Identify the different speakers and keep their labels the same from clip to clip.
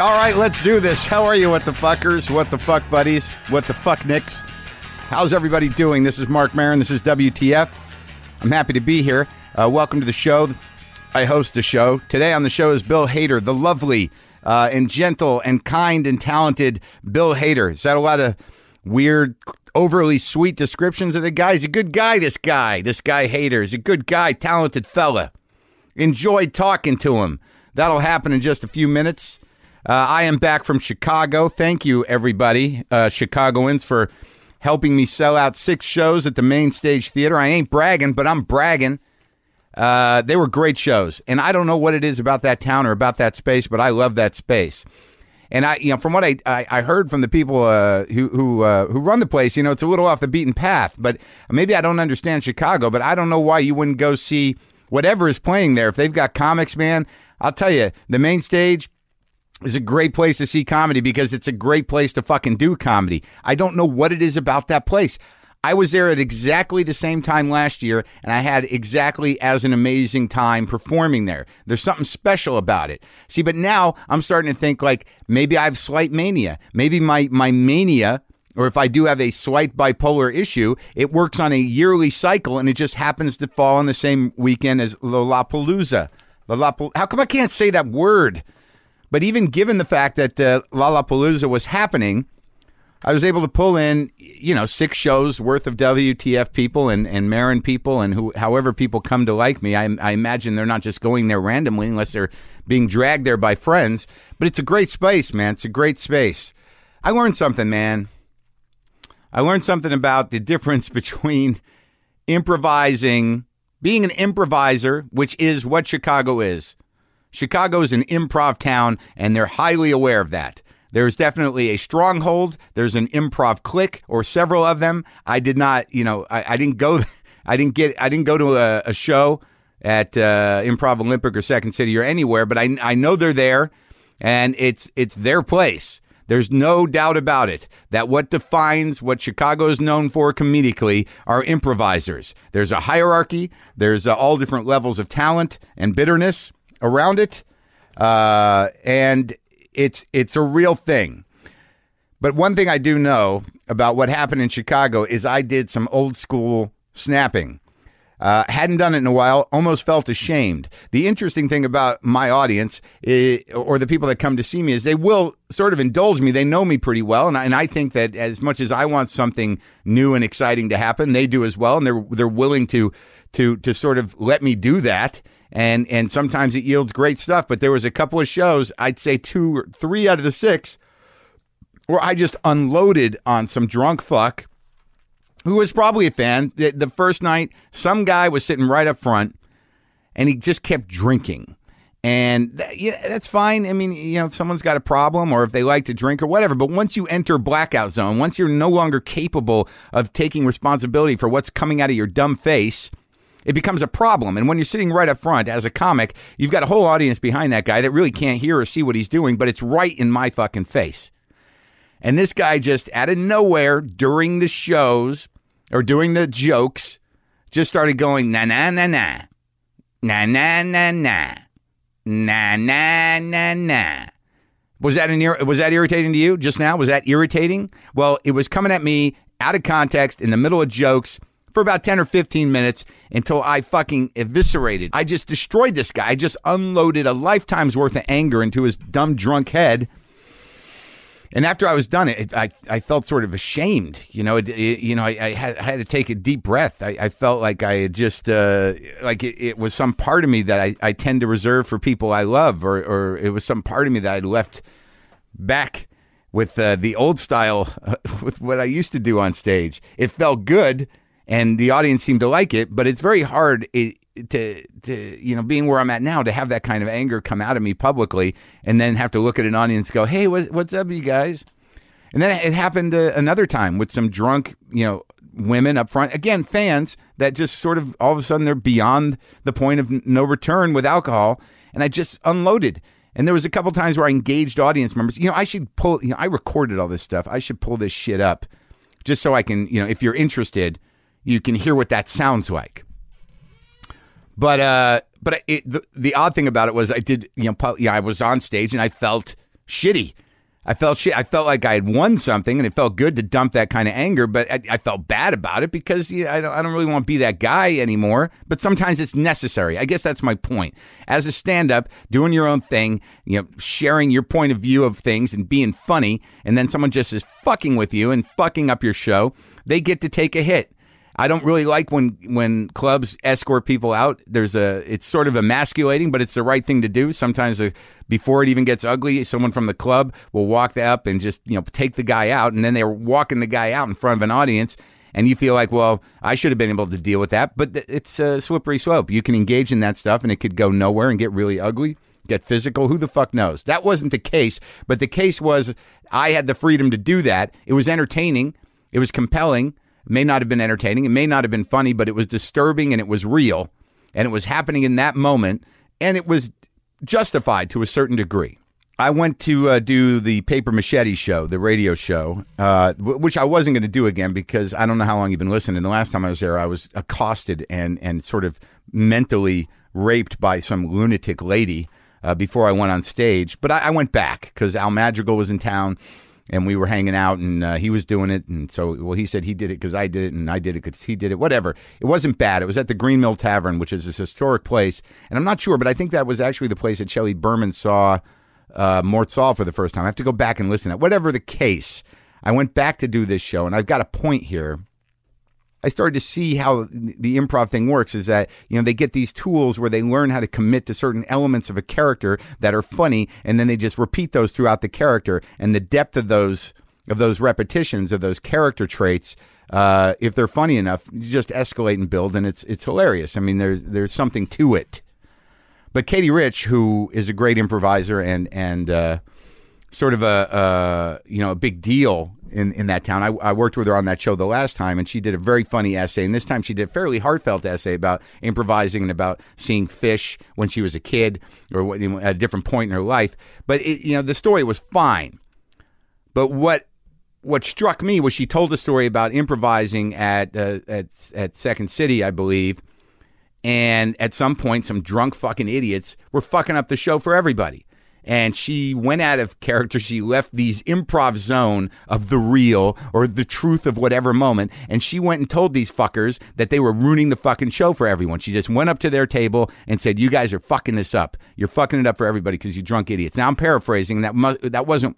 Speaker 1: All right, let's do this. How are you, what the fuckers? What the fuck buddies? What the fuck nicks? How's everybody doing? This is Mark Marin. This is WTF. I'm happy to be here. Uh, welcome to the show. I host the show. Today on the show is Bill Hader, the lovely uh, and gentle and kind and talented Bill Hader. Is that a lot of weird, overly sweet descriptions of the guy? He's a good guy, this guy. This guy Hader is a good guy, talented fella. Enjoyed talking to him. That'll happen in just a few minutes. Uh, I am back from Chicago. Thank you, everybody, uh, Chicagoans, for helping me sell out six shows at the main stage theater. I ain't bragging, but I'm bragging. Uh, they were great shows, and I don't know what it is about that town or about that space, but I love that space. And I, you know, from what I I, I heard from the people uh, who who uh, who run the place, you know, it's a little off the beaten path. But maybe I don't understand Chicago, but I don't know why you wouldn't go see whatever is playing there. If they've got comics, man, I'll tell you, the main stage is a great place to see comedy because it's a great place to fucking do comedy. I don't know what it is about that place. I was there at exactly the same time last year, and I had exactly as an amazing time performing there. There's something special about it. See, but now I'm starting to think like maybe I have slight mania. Maybe my my mania, or if I do have a slight bipolar issue, it works on a yearly cycle, and it just happens to fall on the same weekend as Lollapalooza. Lollapalooza. How come I can't say that word? But even given the fact that uh, Lollapalooza was happening, I was able to pull in, you know, six shows worth of WTF people and, and Marin people and who, however people come to like me. I, I imagine they're not just going there randomly unless they're being dragged there by friends. But it's a great space, man. It's a great space. I learned something, man. I learned something about the difference between improvising, being an improviser, which is what Chicago is. Chicago is an improv town, and they're highly aware of that. There's definitely a stronghold. There's an improv clique or several of them. I did not, you know, I, I didn't go, I didn't get, I didn't go to a, a show at uh, Improv Olympic or Second City or anywhere, but I, I know they're there, and it's it's their place. There's no doubt about it that what defines what Chicago is known for comedically are improvisers. There's a hierarchy. There's uh, all different levels of talent and bitterness around it, uh, and it's it's a real thing. But one thing I do know about what happened in Chicago is I did some old school snapping. Uh, hadn't done it in a while. Almost felt ashamed. The interesting thing about my audience i or the people that come to see me is they will sort of indulge me. They know me pretty well, and I, and I think that as much as I want something new and exciting to happen, they do as well, and they're they're willing to to to sort of let me do that. And and sometimes it yields great stuff. But there was a couple of shows. I'd say two, or three out of the six, where I just unloaded on some drunk fuck who was probably a fan. The, the first night, some guy was sitting right up front, and he just kept drinking. And that, yeah, that's fine. I mean, you know, if someone's got a problem or if they like to drink or whatever. But once you enter blackout zone, once you're no longer capable of taking responsibility for what's coming out of your dumb face, it becomes a problem. And when you're sitting right up front as a comic, you've got a whole audience behind that guy that really can't hear or see what he's doing, but it's right in my fucking face. And this guy just out of nowhere during the shows or doing the jokes just started going na na na na na na na na na na na na. Was that an ir- was that irritating to you just now? Was that irritating? Well, it was coming at me out of context in the middle of jokes for about 10 or 15 minutes until I fucking eviscerated. I just destroyed this guy. I just unloaded a lifetime's worth of anger into his dumb drunk head. And after I was done, it, I, I felt sort of ashamed. You know, it, it- you know, I, I, had, I had to take a deep breath. I, I felt like I had just uh, like it, it was some part of me that I, I tend to reserve for people I love, or or it was some part of me that I'd left back with uh, the old style, with what I used to do on stage. It felt good, and the audience seemed to like it. But it's very hard it, to to you know being where I'm at now to have that kind of anger come out of me publicly, and then have to look at an audience and go, "Hey, what, what's up, you guys?" And then it happened uh, another time with some drunk, you know, women up front. Again, fans that just sort of all of a sudden they're beyond the point of n- no return with alcohol. And I just unloaded. And there was a couple times where I engaged audience members. You know, I should pull, you know, I recorded all this stuff. I should pull this shit up just so I can, you know, if you're interested, you can hear what that sounds like. But uh, but it, the, the odd thing about it was I did you know pu- yeah I was on stage and I felt shitty. I felt shit. I felt like I had won something, and it felt good to dump that kind of anger. But I, I felt bad about it because you know, I don't. I don't really want to be that guy anymore. But sometimes it's necessary. I guess that's my point. As a stand-up, doing your own thing, you know, sharing your point of view of things and being funny, and then someone just is fucking with you and fucking up your show. They get to take a hit. I don't really like when when clubs escort people out. There's a it's sort of emasculating, but it's the right thing to do. Sometimes uh before it even gets ugly, someone from the club will walk up and just you know take the guy out, and then they're walking the guy out in front of an audience, and you feel like, well, I should have been able to deal with that. But th- it's a slippery slope. You can engage in that stuff, and it could go nowhere and get really ugly. Get physical, who the fuck knows? That wasn't the case, but the case was I had the freedom to do that. It was entertaining, it was compelling, it may not have been entertaining. It may not have been funny, but it was disturbing and it was real and it was happening in that moment and it was justified to a certain degree. I went to uh, do the Paper Machete show, the radio show, uh, w- which I wasn't going to do again because I don't know how long you've been listening. The last time I was there, I was accosted and, and sort of mentally raped by some lunatic lady uh, before I went on stage. But I, I went back because Al Madrigal was in town and we were hanging out and uh, he was doing it and so well he said he did it because i did it and i did it because he did it whatever it wasn't bad it was at the green mill tavern which is this historic place and i'm not sure but i think that was actually the place that Shelley berman saw uh, mort saul for the first time i have to go back and listen to that whatever the case i went back to do this show and i've got a point here I started to see how the improv thing works is that, you know, they get these tools where they learn how to commit to certain elements of a character that are funny and then they just repeat those throughout the character and the depth of those of those repetitions of those character traits uh, if they're funny enough, you just escalate and build and it's it's hilarious. I mean, there's there's something to it. But Katie Rich, who is a great improviser and and uh, sort of a uh, you know a big deal in, in that town. I, I worked with her on that show the last time, and she did a very funny essay. And this time, she did a fairly heartfelt essay about improvising and about seeing fish when she was a kid or what, at a different point in her life. But it, you know, the story was fine. But what what struck me was she told a story about improvising at uh, at at Second City, I believe. And at some point, some drunk fucking idiots were fucking up the show for everybody. And she went out of character. She left these improv zone of the real or the truth of whatever moment. And she went and told these fuckers that they were ruining the fucking show for everyone. She just went up to their table and said, You guys are fucking this up. You're fucking it up for everybody because you drunk idiots. Now I'm paraphrasing. That, mu- that wasn't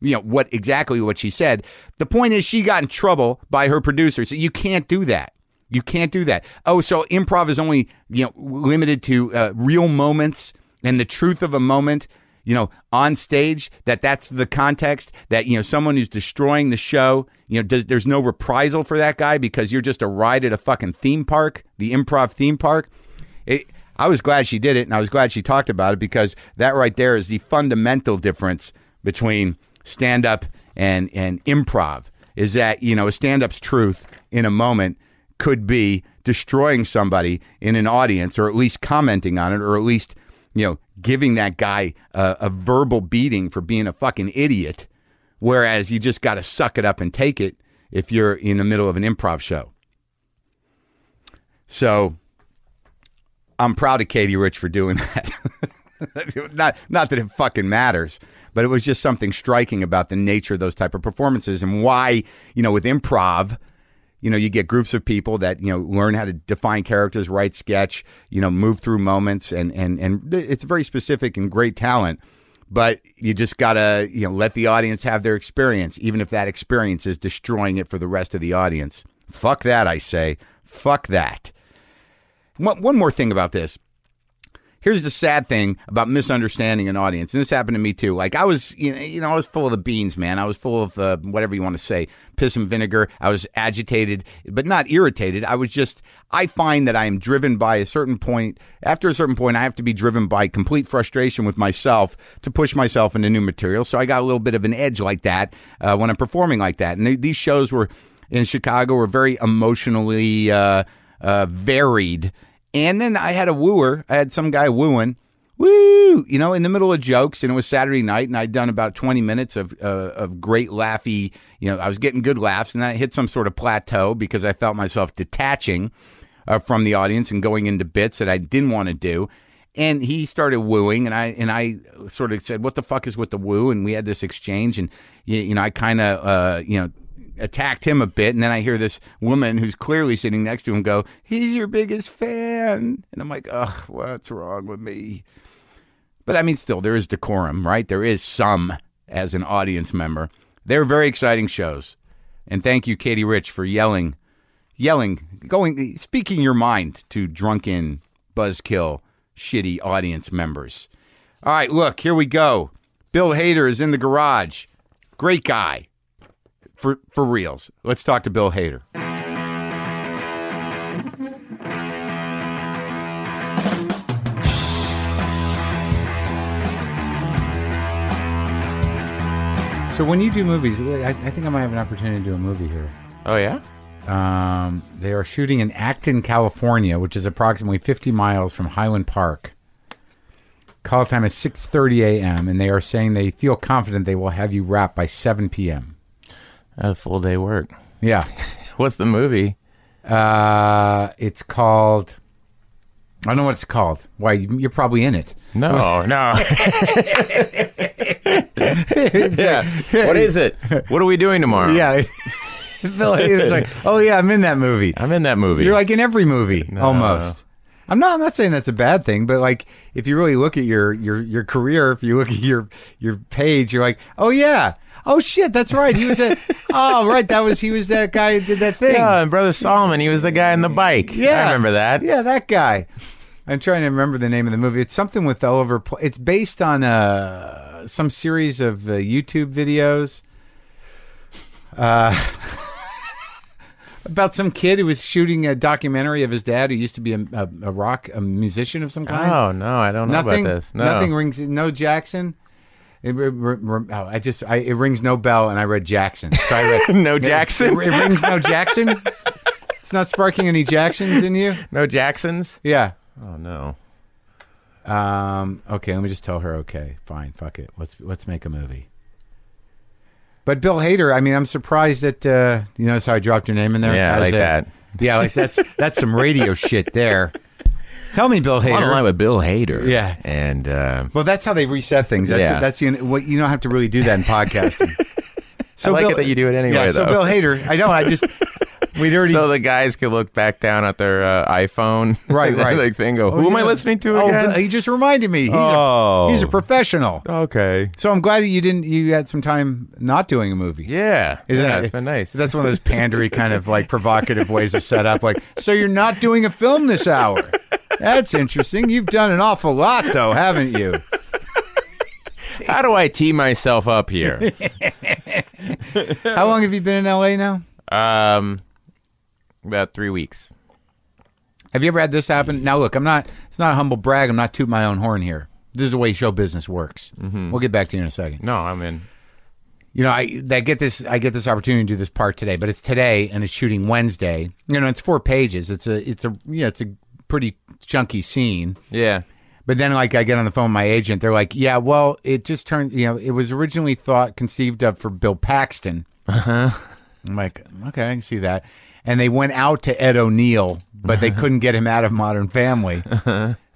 Speaker 1: you know what exactly what she said. The point is she got in trouble by her producer. So you can't do that. You can't do that. Oh, so improv is only you know limited to uh, real moments and the truth of a moment. You know, on stage, that that's the context. That you know, someone who's destroying the show. You know, does, there's no reprisal for that guy because you're just a ride at a fucking theme park, the improv theme park. It, I was glad she did it, and I was glad she talked about it because that right there is the fundamental difference between stand up and and improv. Is that you know a stand up's truth in a moment could be destroying somebody in an audience, or at least commenting on it, or at least you know giving that guy a, a verbal beating for being a fucking idiot. Whereas you just got to suck it up and take it if you're in the middle of an improv show. So I'm proud of Katie Rich for doing that. not not that it fucking matters, but it was just something striking about the nature of those type of performances and why, you know, with improv, you know, you get groups of people that, you know, learn how to define characters, write sketch, you know, move through moments and and and it's very specific and great talent. But you just gotta, you know, let the audience have their experience, even if that experience is destroying it for the rest of the audience. Fuck that, I say. Fuck that. One, one more thing about this. Here's the sad thing about misunderstanding an audience, and this happened to me too. Like I was, you know, you know I was full of the beans, man. I was full of uh, whatever you want to say, piss and vinegar. I was agitated, but not irritated. I was just. I find that I am driven by a certain point. After a certain point, I have to be driven by complete frustration with myself to push myself into new material. So I got a little bit of an edge like that uh, when I'm performing like that. And th- these shows were in Chicago were very emotionally uh, uh, varied. And then I had a wooer. I had some guy wooing, woo, you know, in the middle of jokes. And it was Saturday night, and I'd done about 20 minutes of, uh, of great laughy, you know, I was getting good laughs. And then I hit some sort of plateau because I felt myself detaching uh, from the audience and going into bits that I didn't want to do.
Speaker 2: and he started wooing and i and i sort of said what the fuck is with the woo and we had this exchange and you, you know i kind of uh, you know attacked him a bit and then i hear this woman who's clearly sitting next to him go he's your biggest fan and i'm like ugh what's wrong with me but i mean still there is decorum right there is some as an audience member they're very exciting shows and thank you katie rich for yelling yelling going speaking your mind to drunken buzzkill shitty audience members. All right, look, here we go. Bill Hader is in the garage. Great guy. For for reals. Let's talk to Bill Hader.
Speaker 1: So when you do movies, I, I think I might have an opportunity to do a movie here.
Speaker 2: Oh yeah?
Speaker 1: Um, they are shooting in Acton, California, which is approximately 50 miles from Highland Park. Call time is 6:30 a.m. and they are saying they feel confident they will have you wrapped by 7 p.m.
Speaker 3: A full day work.
Speaker 1: Yeah,
Speaker 3: What's the movie?
Speaker 1: uh, it's called. I don't know what it's called. Why you- you're probably in it.
Speaker 3: No, no. yeah. What is it? What are we doing tomorrow?
Speaker 1: Yeah, Bill Hader's like, oh yeah, I'm in that movie.
Speaker 3: I'm in that movie.
Speaker 1: You're like in every movie almost. I'm not. I'm not saying that's a bad thing, but like if you really look at your your your career, if you look at your your page, you're like, oh yeah, oh shit, that's right. He was that. oh right, that was he was that guy who did that thing.
Speaker 3: yeah, and Brother Solomon, he was the guy on the bike.
Speaker 1: Yeah.
Speaker 3: I remember that.
Speaker 1: Yeah, that guy. I'm trying to remember the name of the movie. It's something with Oliver. Pl- it's based on uh, some series of uh, YouTube videos uh, about some kid who was shooting a documentary of his dad who used to be a, a, a rock a musician of some kind.
Speaker 3: Oh no, I don't know
Speaker 1: nothing.
Speaker 3: about this. No.
Speaker 1: Nothing rings. No Jackson. It, r- r- r- oh, I just I, it rings no bell, and I read Jackson. So I read,
Speaker 3: No Jackson?
Speaker 1: It, it rings no Jackson. It's not sparking any Jacksons in you.
Speaker 3: No Jacksons.
Speaker 1: Yeah.
Speaker 3: Oh no.
Speaker 1: Um, okay, let me just tell her. Okay, fine, fuck it. Let's let's make a movie. But Bill Hader, I mean, I'm surprised that uh, you notice how I dropped your name in there.
Speaker 3: Yeah, I
Speaker 1: As
Speaker 3: like
Speaker 1: a-
Speaker 3: that.
Speaker 1: Yeah, like that's that's some radio shit there. Tell me, Bill
Speaker 3: I'm
Speaker 1: Hader.
Speaker 3: online with Bill Hader.
Speaker 1: Yeah.
Speaker 3: and uh,
Speaker 1: Well, that's how they reset things. That's
Speaker 3: Yeah.
Speaker 1: that's the what you don't have to really do that in podcasting. So
Speaker 3: I like it that you do it anyway.
Speaker 1: yeah, so
Speaker 3: though.
Speaker 1: Bill Hader, I know. I just we'd already
Speaker 3: so the guys could look back down at their uh, iPhone,
Speaker 1: Right, right.
Speaker 3: like thing, go,
Speaker 1: Oh,
Speaker 3: who am I
Speaker 1: yeah.
Speaker 3: listening to
Speaker 1: Oh,
Speaker 3: again?
Speaker 1: he just reminded me. He's,
Speaker 3: Oh.
Speaker 1: a, he's a professional.
Speaker 3: okay,
Speaker 1: So I'm glad that you didn't. You had some time not doing a movie.
Speaker 3: yeah,
Speaker 1: Isn't
Speaker 3: yeah,
Speaker 1: it?
Speaker 3: has been nice.
Speaker 1: That's one of those pandery kind of like provocative ways to set up. Like, so you're not doing a film this hour. That's interesting. You've done an awful lot, though, haven't you?
Speaker 3: How do I tee myself up here?
Speaker 1: How long have you been in LA now?
Speaker 3: um, about three weeks.
Speaker 1: Have you ever had this happen? Now, look, I'm not. It's not a humble brag. I'm not tooting my own horn here. This is the way show business works. We'll get back to you in a second.
Speaker 3: No, I'm in.
Speaker 1: You know, I I get this. I get this opportunity to do this part today, but it's today and it's shooting Wednesday. You know, it's four pages. It's a. It's a. Yeah, it's a pretty chunky scene.
Speaker 3: Yeah,
Speaker 1: But then, like, I get on the phone with my agent. They're like, "Yeah, well, it just turned. You know, it was originally thought conceived of for Bill Paxton." Uh
Speaker 3: Uh-huh.
Speaker 1: huh. I'm like, okay, I can see that. And they went out to Ed O'Neill, but they
Speaker 3: Uh-huh.
Speaker 1: couldn't get him out of Modern Family.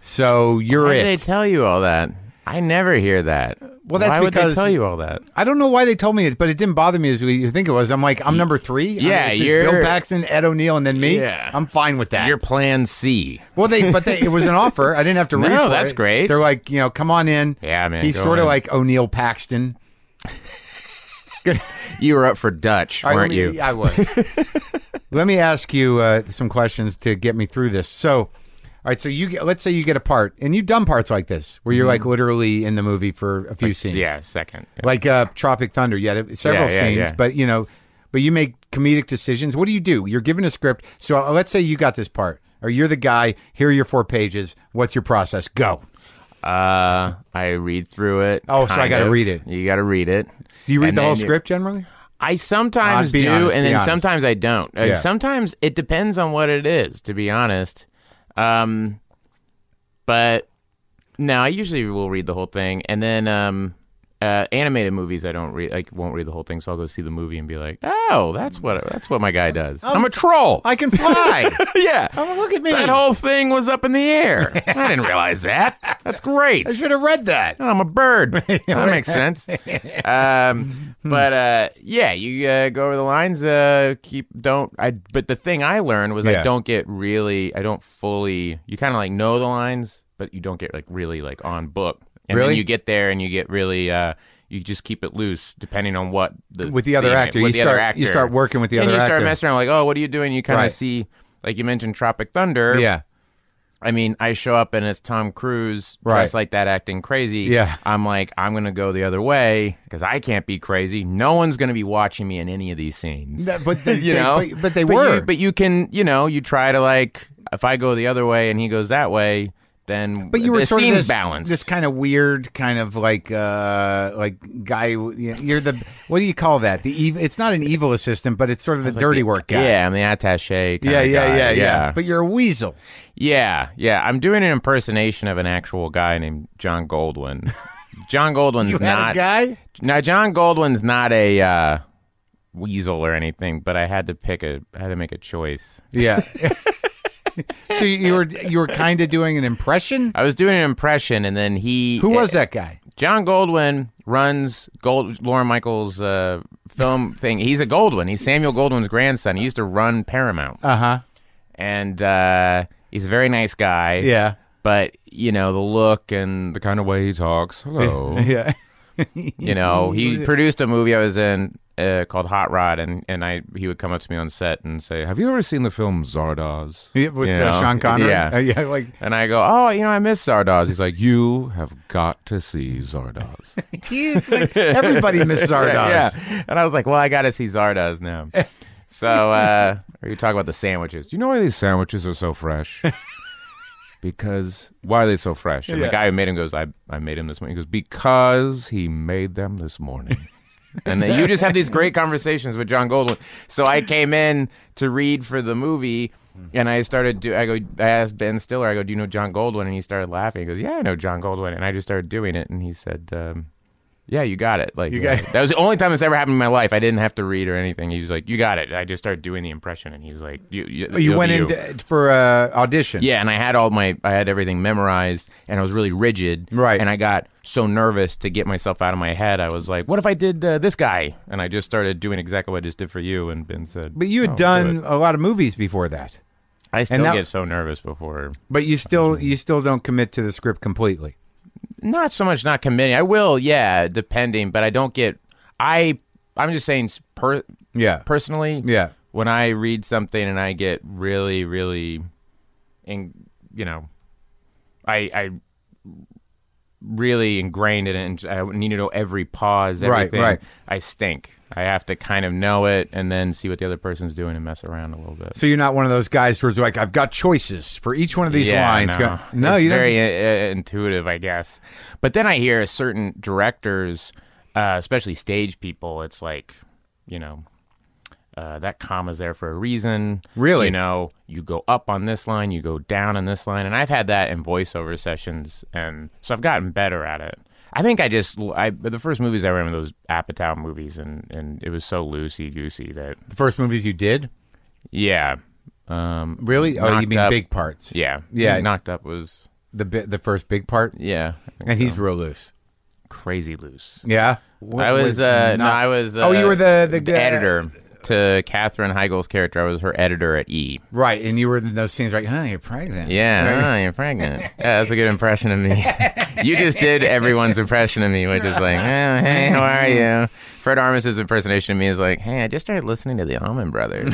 Speaker 1: So you're
Speaker 3: why
Speaker 1: it.
Speaker 3: did they tell you all that? I never hear that.
Speaker 1: Well, that's
Speaker 3: why would
Speaker 1: because-
Speaker 3: they tell you all that?
Speaker 1: I don't know why they told me it, but it didn't bother me as we, you think it was. I'm like, I'm number three. I'm-
Speaker 3: Yeah,
Speaker 1: it's, it's
Speaker 3: you're-
Speaker 1: Bill Paxton, Ed O'Neill, and then me.
Speaker 3: Yeah.
Speaker 1: I'm fine with that.
Speaker 3: Your plan C.
Speaker 1: Well, they but they, it was an offer. I didn't have to read.
Speaker 3: No,
Speaker 1: for
Speaker 3: that's
Speaker 1: it.
Speaker 3: great.
Speaker 1: They're like, you know, come on in.
Speaker 3: Yeah, man,
Speaker 1: He's
Speaker 3: go
Speaker 1: sort of
Speaker 3: in.
Speaker 1: like O'Neill Paxton.
Speaker 3: You were up for Dutch,
Speaker 1: All right,
Speaker 3: weren't
Speaker 1: let me-
Speaker 3: you?
Speaker 1: I was. let me ask you uh, some questions to get me through this. So, all right, so you get, let's say you get a part, and you've done parts like this where you're like literally in the movie for a few scenes.
Speaker 3: Mm-hmm. yeah, second. Yeah.
Speaker 1: like uh, Tropic Thunder. You had several
Speaker 3: Yeah, yeah,
Speaker 1: scenes,
Speaker 3: yeah.
Speaker 1: but you know, but you make comedic decisions. What do you do? You're given a script. So uh, let's say you got this part, or you're the guy. Here are your four pages. What's your process? Go.
Speaker 3: Uh, I read through it.
Speaker 1: Oh, so I
Speaker 3: kind
Speaker 1: gotta
Speaker 3: of.
Speaker 1: read it.
Speaker 3: You got to read it.
Speaker 1: Do you read
Speaker 3: And
Speaker 1: the whole
Speaker 3: then you-
Speaker 1: script generally?
Speaker 3: I sometimes
Speaker 1: Uh, be
Speaker 3: do,
Speaker 1: honest,
Speaker 3: and
Speaker 1: be
Speaker 3: then
Speaker 1: honest.
Speaker 3: sometimes I don't. Uh,
Speaker 1: Yeah.
Speaker 3: Sometimes it depends on what it is, to be honest. Um, but no, I usually will read the whole thing, and then um, uh, animated movies I don't read. I won't read the whole thing, so I'll go see the movie and be like, "Oh, that's what that's what my guy does. I'm a troll.
Speaker 1: Um, I can fly.
Speaker 3: yeah,
Speaker 1: oh, look at me.
Speaker 3: that whole thing was up in the air. I didn't realize that. That's great.
Speaker 1: I should have read that.
Speaker 3: I'm a bird. that makes sense. Um,
Speaker 1: Hmm.
Speaker 3: but uh, yeah, you uh, go over the lines. Uh, keep don't. I. But the thing I learned was
Speaker 1: Yeah.
Speaker 3: I don't get really. I don't fully. You kind of like know the lines, but you don't get like really like on book. And
Speaker 1: Really?
Speaker 3: then you get there and you get really. Uh, you just keep it loose depending on what the
Speaker 1: With the other
Speaker 3: thing-
Speaker 1: actor,
Speaker 3: with
Speaker 1: you
Speaker 3: the
Speaker 1: start
Speaker 3: other actor.
Speaker 1: you start working with the
Speaker 3: and
Speaker 1: other
Speaker 3: you start
Speaker 1: actor.
Speaker 3: messing around like, oh, what are you doing? You kind of
Speaker 1: Right.
Speaker 3: see, like you mentioned, Tropic Thunder.
Speaker 1: yeah,
Speaker 3: I mean, I show up and it's Tom Cruise
Speaker 1: Right.
Speaker 3: dressed like that, acting crazy.
Speaker 1: Yeah.
Speaker 3: I'm like, I'm gonna go the other way because I can't be crazy. No one's gonna be watching me in any of these scenes.
Speaker 1: That- but they,
Speaker 3: you
Speaker 1: they-
Speaker 3: know,
Speaker 1: but, but they were.
Speaker 3: You, but you can, you know, you try to like, if I go the other way and he goes that way, then
Speaker 1: But you were
Speaker 3: the
Speaker 1: sort
Speaker 3: scenes
Speaker 1: of this,
Speaker 3: balanced.
Speaker 1: this kind of weird, kind of like uh, like guy. who- You know, you're the what do you call that? The evil. It's not an evil assistant, but it's sort of the dirty work guy.
Speaker 3: yeah, I'm the attaché.
Speaker 1: yeah, yeah, yeah,
Speaker 3: guy.
Speaker 1: yeah, But you're a weasel.
Speaker 3: Yeah, yeah. I'm doing an impersonation of an actual guy named John Goldwyn. John Goldwyn's
Speaker 1: You had
Speaker 3: not
Speaker 1: a guy.
Speaker 3: now. John Goldwyn's not a uh, weasel or anything, but I had to pick a. I had to make a choice.
Speaker 1: Yeah. so you were you were kind of doing an impression.
Speaker 3: I was doing an impression, and then he. Eh,
Speaker 1: Who was that guy?
Speaker 3: John Goldwyn runs Gold Lauren Michaels' uh, film thing. He's a Goldwyn. He's Samuel Goldwyn's grandson. He used to run Paramount,
Speaker 1: Uh huh.
Speaker 3: and uh, he's a very nice guy.
Speaker 1: Yeah.
Speaker 3: But you know the look and the kind of way he talks. Hello.
Speaker 1: Yeah.
Speaker 3: you know he produced a movie i was in uh, called hot rod and, and i he would come up to me on set and say have you ever seen the film zardoz
Speaker 1: Yeah, With
Speaker 3: You
Speaker 1: uh,
Speaker 3: know?
Speaker 1: Sean Connery.
Speaker 3: yeah
Speaker 1: Uh, yeah. Like
Speaker 3: and i go oh you know i miss zardoz he's like you have got to see zardoz
Speaker 1: he's like everybody misses our
Speaker 3: yeah and i was like well i gotta see zardoz now so uh are you talking about the sandwiches do you know why these sandwiches are so fresh because why are they so fresh and
Speaker 1: Yeah.
Speaker 3: the guy who made him goes I, I made him this morning he goes because he made them this morning and then you just have these great conversations with John Goldwyn. So I came in to read for the movie, and I started do. I go. I asked Ben Stiller. I go, "Do you know John Goldwyn?" And he started laughing. He goes, "Yeah, I know John Goldwyn." And I just started doing it, and he said, um, "Yeah, you got it." Like
Speaker 1: got
Speaker 3: uh, that was the only time it's ever happened in my life. I didn't have to read or anything. He was like, "You got it." I just started doing the impression, and he was like, "You, you,
Speaker 1: Oh, You
Speaker 3: you'll
Speaker 1: went
Speaker 3: be
Speaker 1: in d- for uh, audition.
Speaker 3: yeah, and I had all my I had everything memorized and I was really rigid.
Speaker 1: Right.
Speaker 3: And I got so nervous to get myself out of my head. I was like, what if I did uh, this guy? And I just started doing exactly what I just did for you and Ben said.
Speaker 1: But you had
Speaker 3: "Oh, do
Speaker 1: done
Speaker 3: it."
Speaker 1: a lot of movies before that.
Speaker 3: I still
Speaker 1: that-
Speaker 3: get so nervous before.
Speaker 1: But you still you still don't commit to the script completely.
Speaker 3: Not so much not committing. I will, yeah, depending, but I don't get I I'm just saying s- per,
Speaker 1: Yeah.
Speaker 3: personally
Speaker 1: yeah.
Speaker 3: when I read something and I get really, really, in you know, I I really ingrained in it, and I need to know every pause,
Speaker 1: Right,
Speaker 3: everything.
Speaker 1: right.
Speaker 3: I stink. I have to kind of know it and then see what the other person's doing and mess around a little bit.
Speaker 1: So you're not one of those guys who's like, I've got choices for each one of these
Speaker 3: yeah,
Speaker 1: lines.
Speaker 3: no,
Speaker 1: Go- no
Speaker 3: it's
Speaker 1: you
Speaker 3: very uh, uh, intuitive, I guess. But then I hear certain directors, uh, especially stage people, it's like, you know, uh, that comma's there for a reason.
Speaker 1: Really?
Speaker 3: You know, you go up on this line, you go down on this line, and I've had that in voiceover sessions, and so I've gotten better at it. I think I just I the first movies I remember those Apatow movies, and and it was so loosey goosey that
Speaker 1: don't. The first movies you did?
Speaker 3: yeah, um,
Speaker 1: Really? Oh, you
Speaker 3: Knocked
Speaker 1: mean
Speaker 3: Up.
Speaker 1: big parts?
Speaker 3: yeah,
Speaker 1: Yeah.
Speaker 3: Knocked Up was
Speaker 1: The bi- the first big part,
Speaker 3: yeah,
Speaker 1: and he's real loose.
Speaker 3: crazy loose.
Speaker 1: Yeah.
Speaker 3: I was, uh, no, I was. Uh,
Speaker 1: Oh, you were the- the guy-
Speaker 3: editor to Catherine Heigl's character. I was her editor at E.
Speaker 1: right, and you were in those scenes like, huh, you're pregnant.
Speaker 3: Yeah, oh, you're pregnant. Yeah, that's a good impression of me. you just did everyone's impression of me, which is like, oh, hey, how are you? Fred Armisen's impersonation of me is like, hey, I just started listening to the Almond Brothers.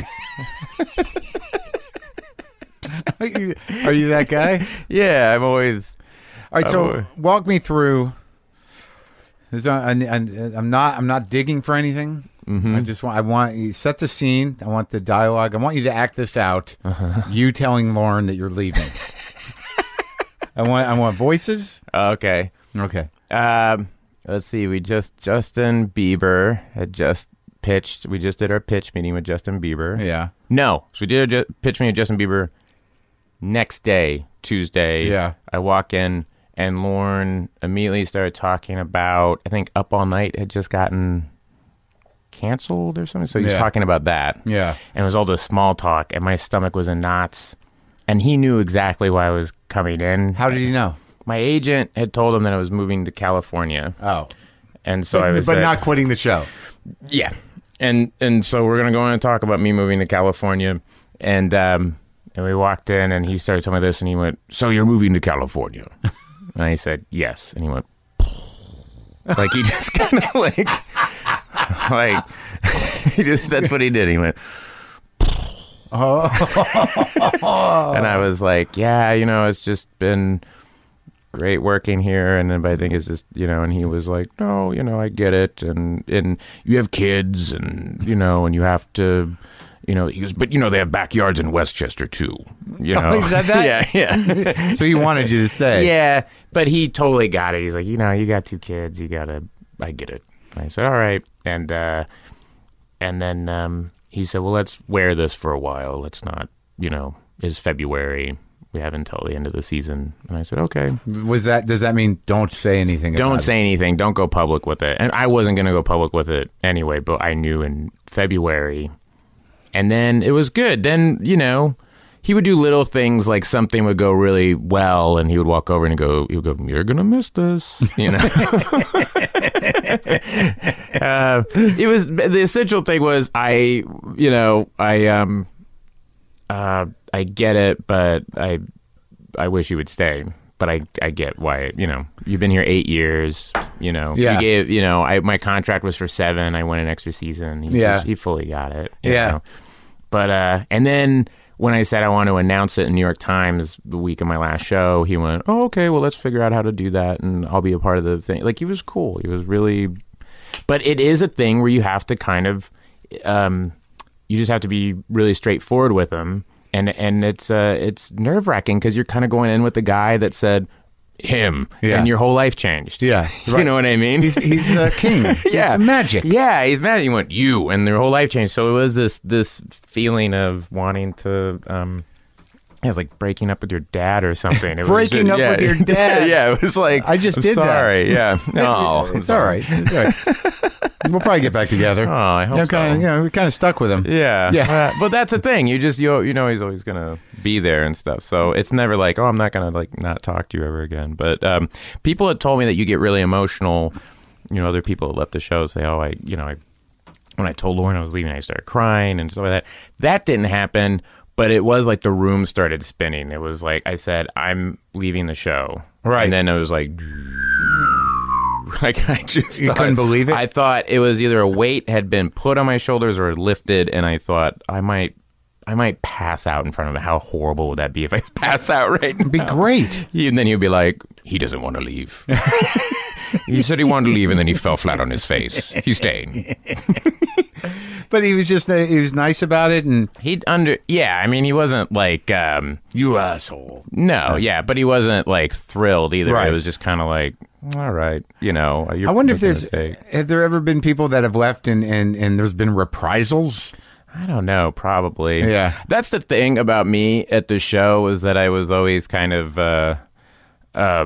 Speaker 1: Are you- Are you that guy?
Speaker 3: yeah, I'm always.
Speaker 1: All right, so
Speaker 3: Oh.
Speaker 1: walk me through. There's no, I, am not. I'm not digging for anything.
Speaker 3: Mm-hmm.
Speaker 1: I just want. I want you set the scene. I want the dialogue. I want you to act this out.
Speaker 3: Uh-huh.
Speaker 1: You telling Lauren that you're leaving. I want. I want voices.
Speaker 3: oh, Okay.
Speaker 1: Okay.
Speaker 3: Um, let's see. We just Justin Bieber had just pitched. We just did our pitch meeting with Justin Bieber.
Speaker 1: Yeah.
Speaker 3: No. So we did a ju- pitch meeting with Justin Bieber next day, Tuesday.
Speaker 1: Yeah.
Speaker 3: I walk in and Lorne immediately started talking about I think Up All Night had just gotten canceled or something. So he was
Speaker 1: Yeah.
Speaker 3: talking about that.
Speaker 1: Yeah.
Speaker 3: And it was all this small talk and my stomach was in knots. And he knew exactly why I was coming in.
Speaker 1: How did you know?
Speaker 3: My agent had told him that I was moving to California.
Speaker 1: Oh,
Speaker 3: And so I was
Speaker 1: but
Speaker 3: like-
Speaker 1: not quitting the show.
Speaker 3: yeah. And and so we're gonna go in and talk about me moving to California. And um and we walked in and he started telling me this and he went, So you're moving to California? and I said, Yes. And he went like he just kinda like like he just that's what he did. He went Oh and I was like, Yeah, you know, it's just been great working here and then but I think it's just you know and he was like no you know I get it and and you have kids and you know and you have to you know he goes but you know they have backyards in Westchester too you know
Speaker 1: he said Oh,
Speaker 3: yeah
Speaker 1: that?
Speaker 3: yeah
Speaker 1: So he wanted you to stay.
Speaker 3: yeah but he totally got it he's like you know you got two kids you gotta I get it I said all right and uh and then um he said well let's wear this for a while let's not you know it's February we have until the end of the season and I said okay
Speaker 1: Was that? Does that mean don't say anything?
Speaker 3: don't
Speaker 1: about
Speaker 3: say anything. Don't go public with it. And I wasn't going to go public with it anyway, but I knew in February. And then it was good. Then, you know, he would do little things like something would go really well and he would walk over and go, he would go, you're going to miss this. You know, uh, it was the essential thing was I, you know, I, um, uh, I get it, but I, I wish you would stay. But I, I get why. You know, you've been here eight years. You know,
Speaker 1: Yeah.
Speaker 3: You gave, you know, I my contract was for seven. I went an extra season. He
Speaker 1: Yeah.
Speaker 3: just- he fully got it. you
Speaker 1: Yeah.
Speaker 3: know. But uh, and then when I said I want to announce it in New York Times the week of my last show, he went, "Oh, okay. Well, let's figure out how to do that, and I'll be a part of the thing." Like he was cool. He was really, but it is a thing where you have to kind of, um, you just have to be really straightforward with him, and and it's uh, it's nerve wracking because you're kind of going in with the guy that said him,
Speaker 1: Yeah.
Speaker 3: and your whole life changed.
Speaker 1: Yeah,
Speaker 3: you know what I mean.
Speaker 1: He's, he's a king.
Speaker 3: Yeah.
Speaker 1: He's magic.
Speaker 3: Yeah, he's mad. He went you, and their whole life changed. So it was this this feeling of wanting to. um it was like breaking up with your dad or something. It was
Speaker 1: Breaking
Speaker 3: just-
Speaker 1: up with your dad.
Speaker 3: yeah, it was like
Speaker 1: I just
Speaker 3: I'm
Speaker 1: did that.
Speaker 3: sorry. Yeah, Oh, no,
Speaker 1: it's all right. It's all right. we'll probably get back together.
Speaker 3: Oh, I hope
Speaker 1: you know, kinda,
Speaker 3: so.
Speaker 1: you know, we kind of stuck with him.
Speaker 3: Yeah,
Speaker 1: Yeah.
Speaker 3: Uh, but that's the thing. You just you you know he's always gonna be there and stuff. So it's never like oh I'm not gonna like not talk to you ever again. But um, people had told me that you get really emotional. You know, other people that left the show say oh I you know I when I told Lauren I was leaving I started crying and stuff like that. That didn't happen. But it was like the room started spinning. It was like I said, I'm leaving the show.
Speaker 1: Right.
Speaker 3: And then it was like, like I just
Speaker 1: You
Speaker 3: thought-
Speaker 1: couldn't believe it?
Speaker 3: I thought it was either a weight had been put on my shoulders or lifted, and I thought I might, I might pass out in front of it. How horrible would that be if I pass out right?
Speaker 1: Be great.
Speaker 3: now? And then he'd be like, he doesn't want to leave. he said he wanted to leave, and then he fell flat on his face. He's staying.
Speaker 1: But he was just uh, he was nice about it, and
Speaker 3: He under yeah. I mean, he wasn't like um
Speaker 1: you asshole.
Speaker 3: no yeah, but he wasn't like thrilled either.
Speaker 1: Right.
Speaker 3: It was just kind of like all right, you know. You're
Speaker 1: I wonder if
Speaker 3: making a
Speaker 1: there's
Speaker 3: mistake.
Speaker 1: have there ever been people that have left and and and there's been reprisals.
Speaker 3: I don't know, probably.
Speaker 1: Yeah.
Speaker 3: That's the thing about me at the show is that I was always kind of uh, uh,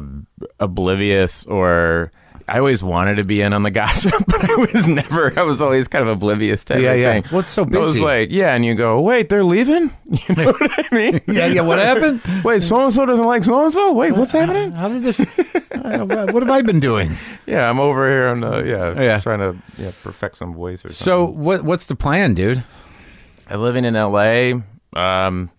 Speaker 3: oblivious or I always wanted to be in on the gossip, but I was never, I was always kind of oblivious to
Speaker 1: Yeah, yeah.
Speaker 3: everything.
Speaker 1: Well, it's so
Speaker 3: I was
Speaker 1: busy.
Speaker 3: like, yeah, and you go, wait, they're leaving? You know what I mean?
Speaker 1: Yeah, yeah. What happened?
Speaker 3: Wait, so-and-so doesn't like so-and-so? Wait, what's happening?
Speaker 1: How did this? uh, what what have I been doing?
Speaker 3: Yeah, I'm over here on the, yeah,
Speaker 1: Yeah.
Speaker 3: trying to yeah, perfect some voice or something.
Speaker 1: So what what's the plan, dude?
Speaker 3: I'm living in L.A., um,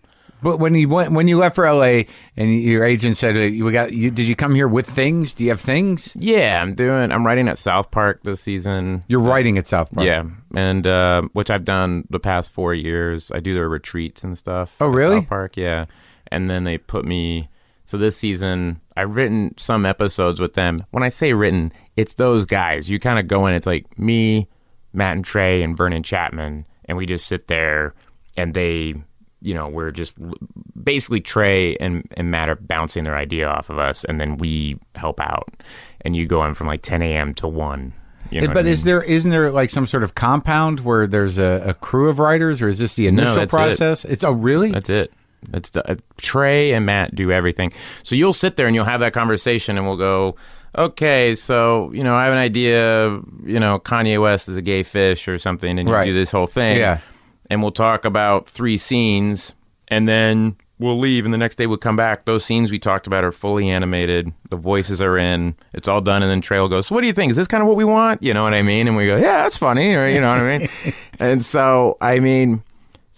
Speaker 1: But when you went when you left for LA and your agent said uh, you got you, did you come here with things? Do you have things?
Speaker 3: Yeah, I'm doing. I'm writing at South Park this season.
Speaker 1: You're writing at South Park.
Speaker 3: Yeah, and uh, which I've done the past four years. I do their retreats and stuff.
Speaker 1: Oh,
Speaker 3: at
Speaker 1: really?
Speaker 3: South Park, yeah. And then they put me. So this season, I've written some episodes with them. When I say written, it's those guys. You kind of go in. It's like me, Matt and Trey, and Vernon Chapman, and we just sit there, and they, you know, we're just basically Trey and and Matt are bouncing their idea off of us, and then we help out. And you go in from like 10 a.m. to one. You know what I
Speaker 1: but
Speaker 3: mean?
Speaker 1: is there isn't there like some sort of compound where there's a, a crew of writers, or is this the initial
Speaker 3: that's it.
Speaker 1: process? It's oh really?
Speaker 3: That's it. It's the, uh, Trey and Matt do everything. So you'll sit there and you'll have that conversation, and we'll go, okay, so you know, I have an idea. You know, Kanye West is a gay fish or something, and you
Speaker 1: Right.
Speaker 3: do this whole thing.
Speaker 1: Yeah.
Speaker 3: And we'll talk about three scenes, and then we'll leave, and the next day we'll come back. Those scenes we talked about are fully animated. The voices are in. It's all done, and then Trey will go, so what do you think? Is this kind of what we want? You know what I mean? And we go, yeah, that's funny, or you know what I mean? and so, I mean.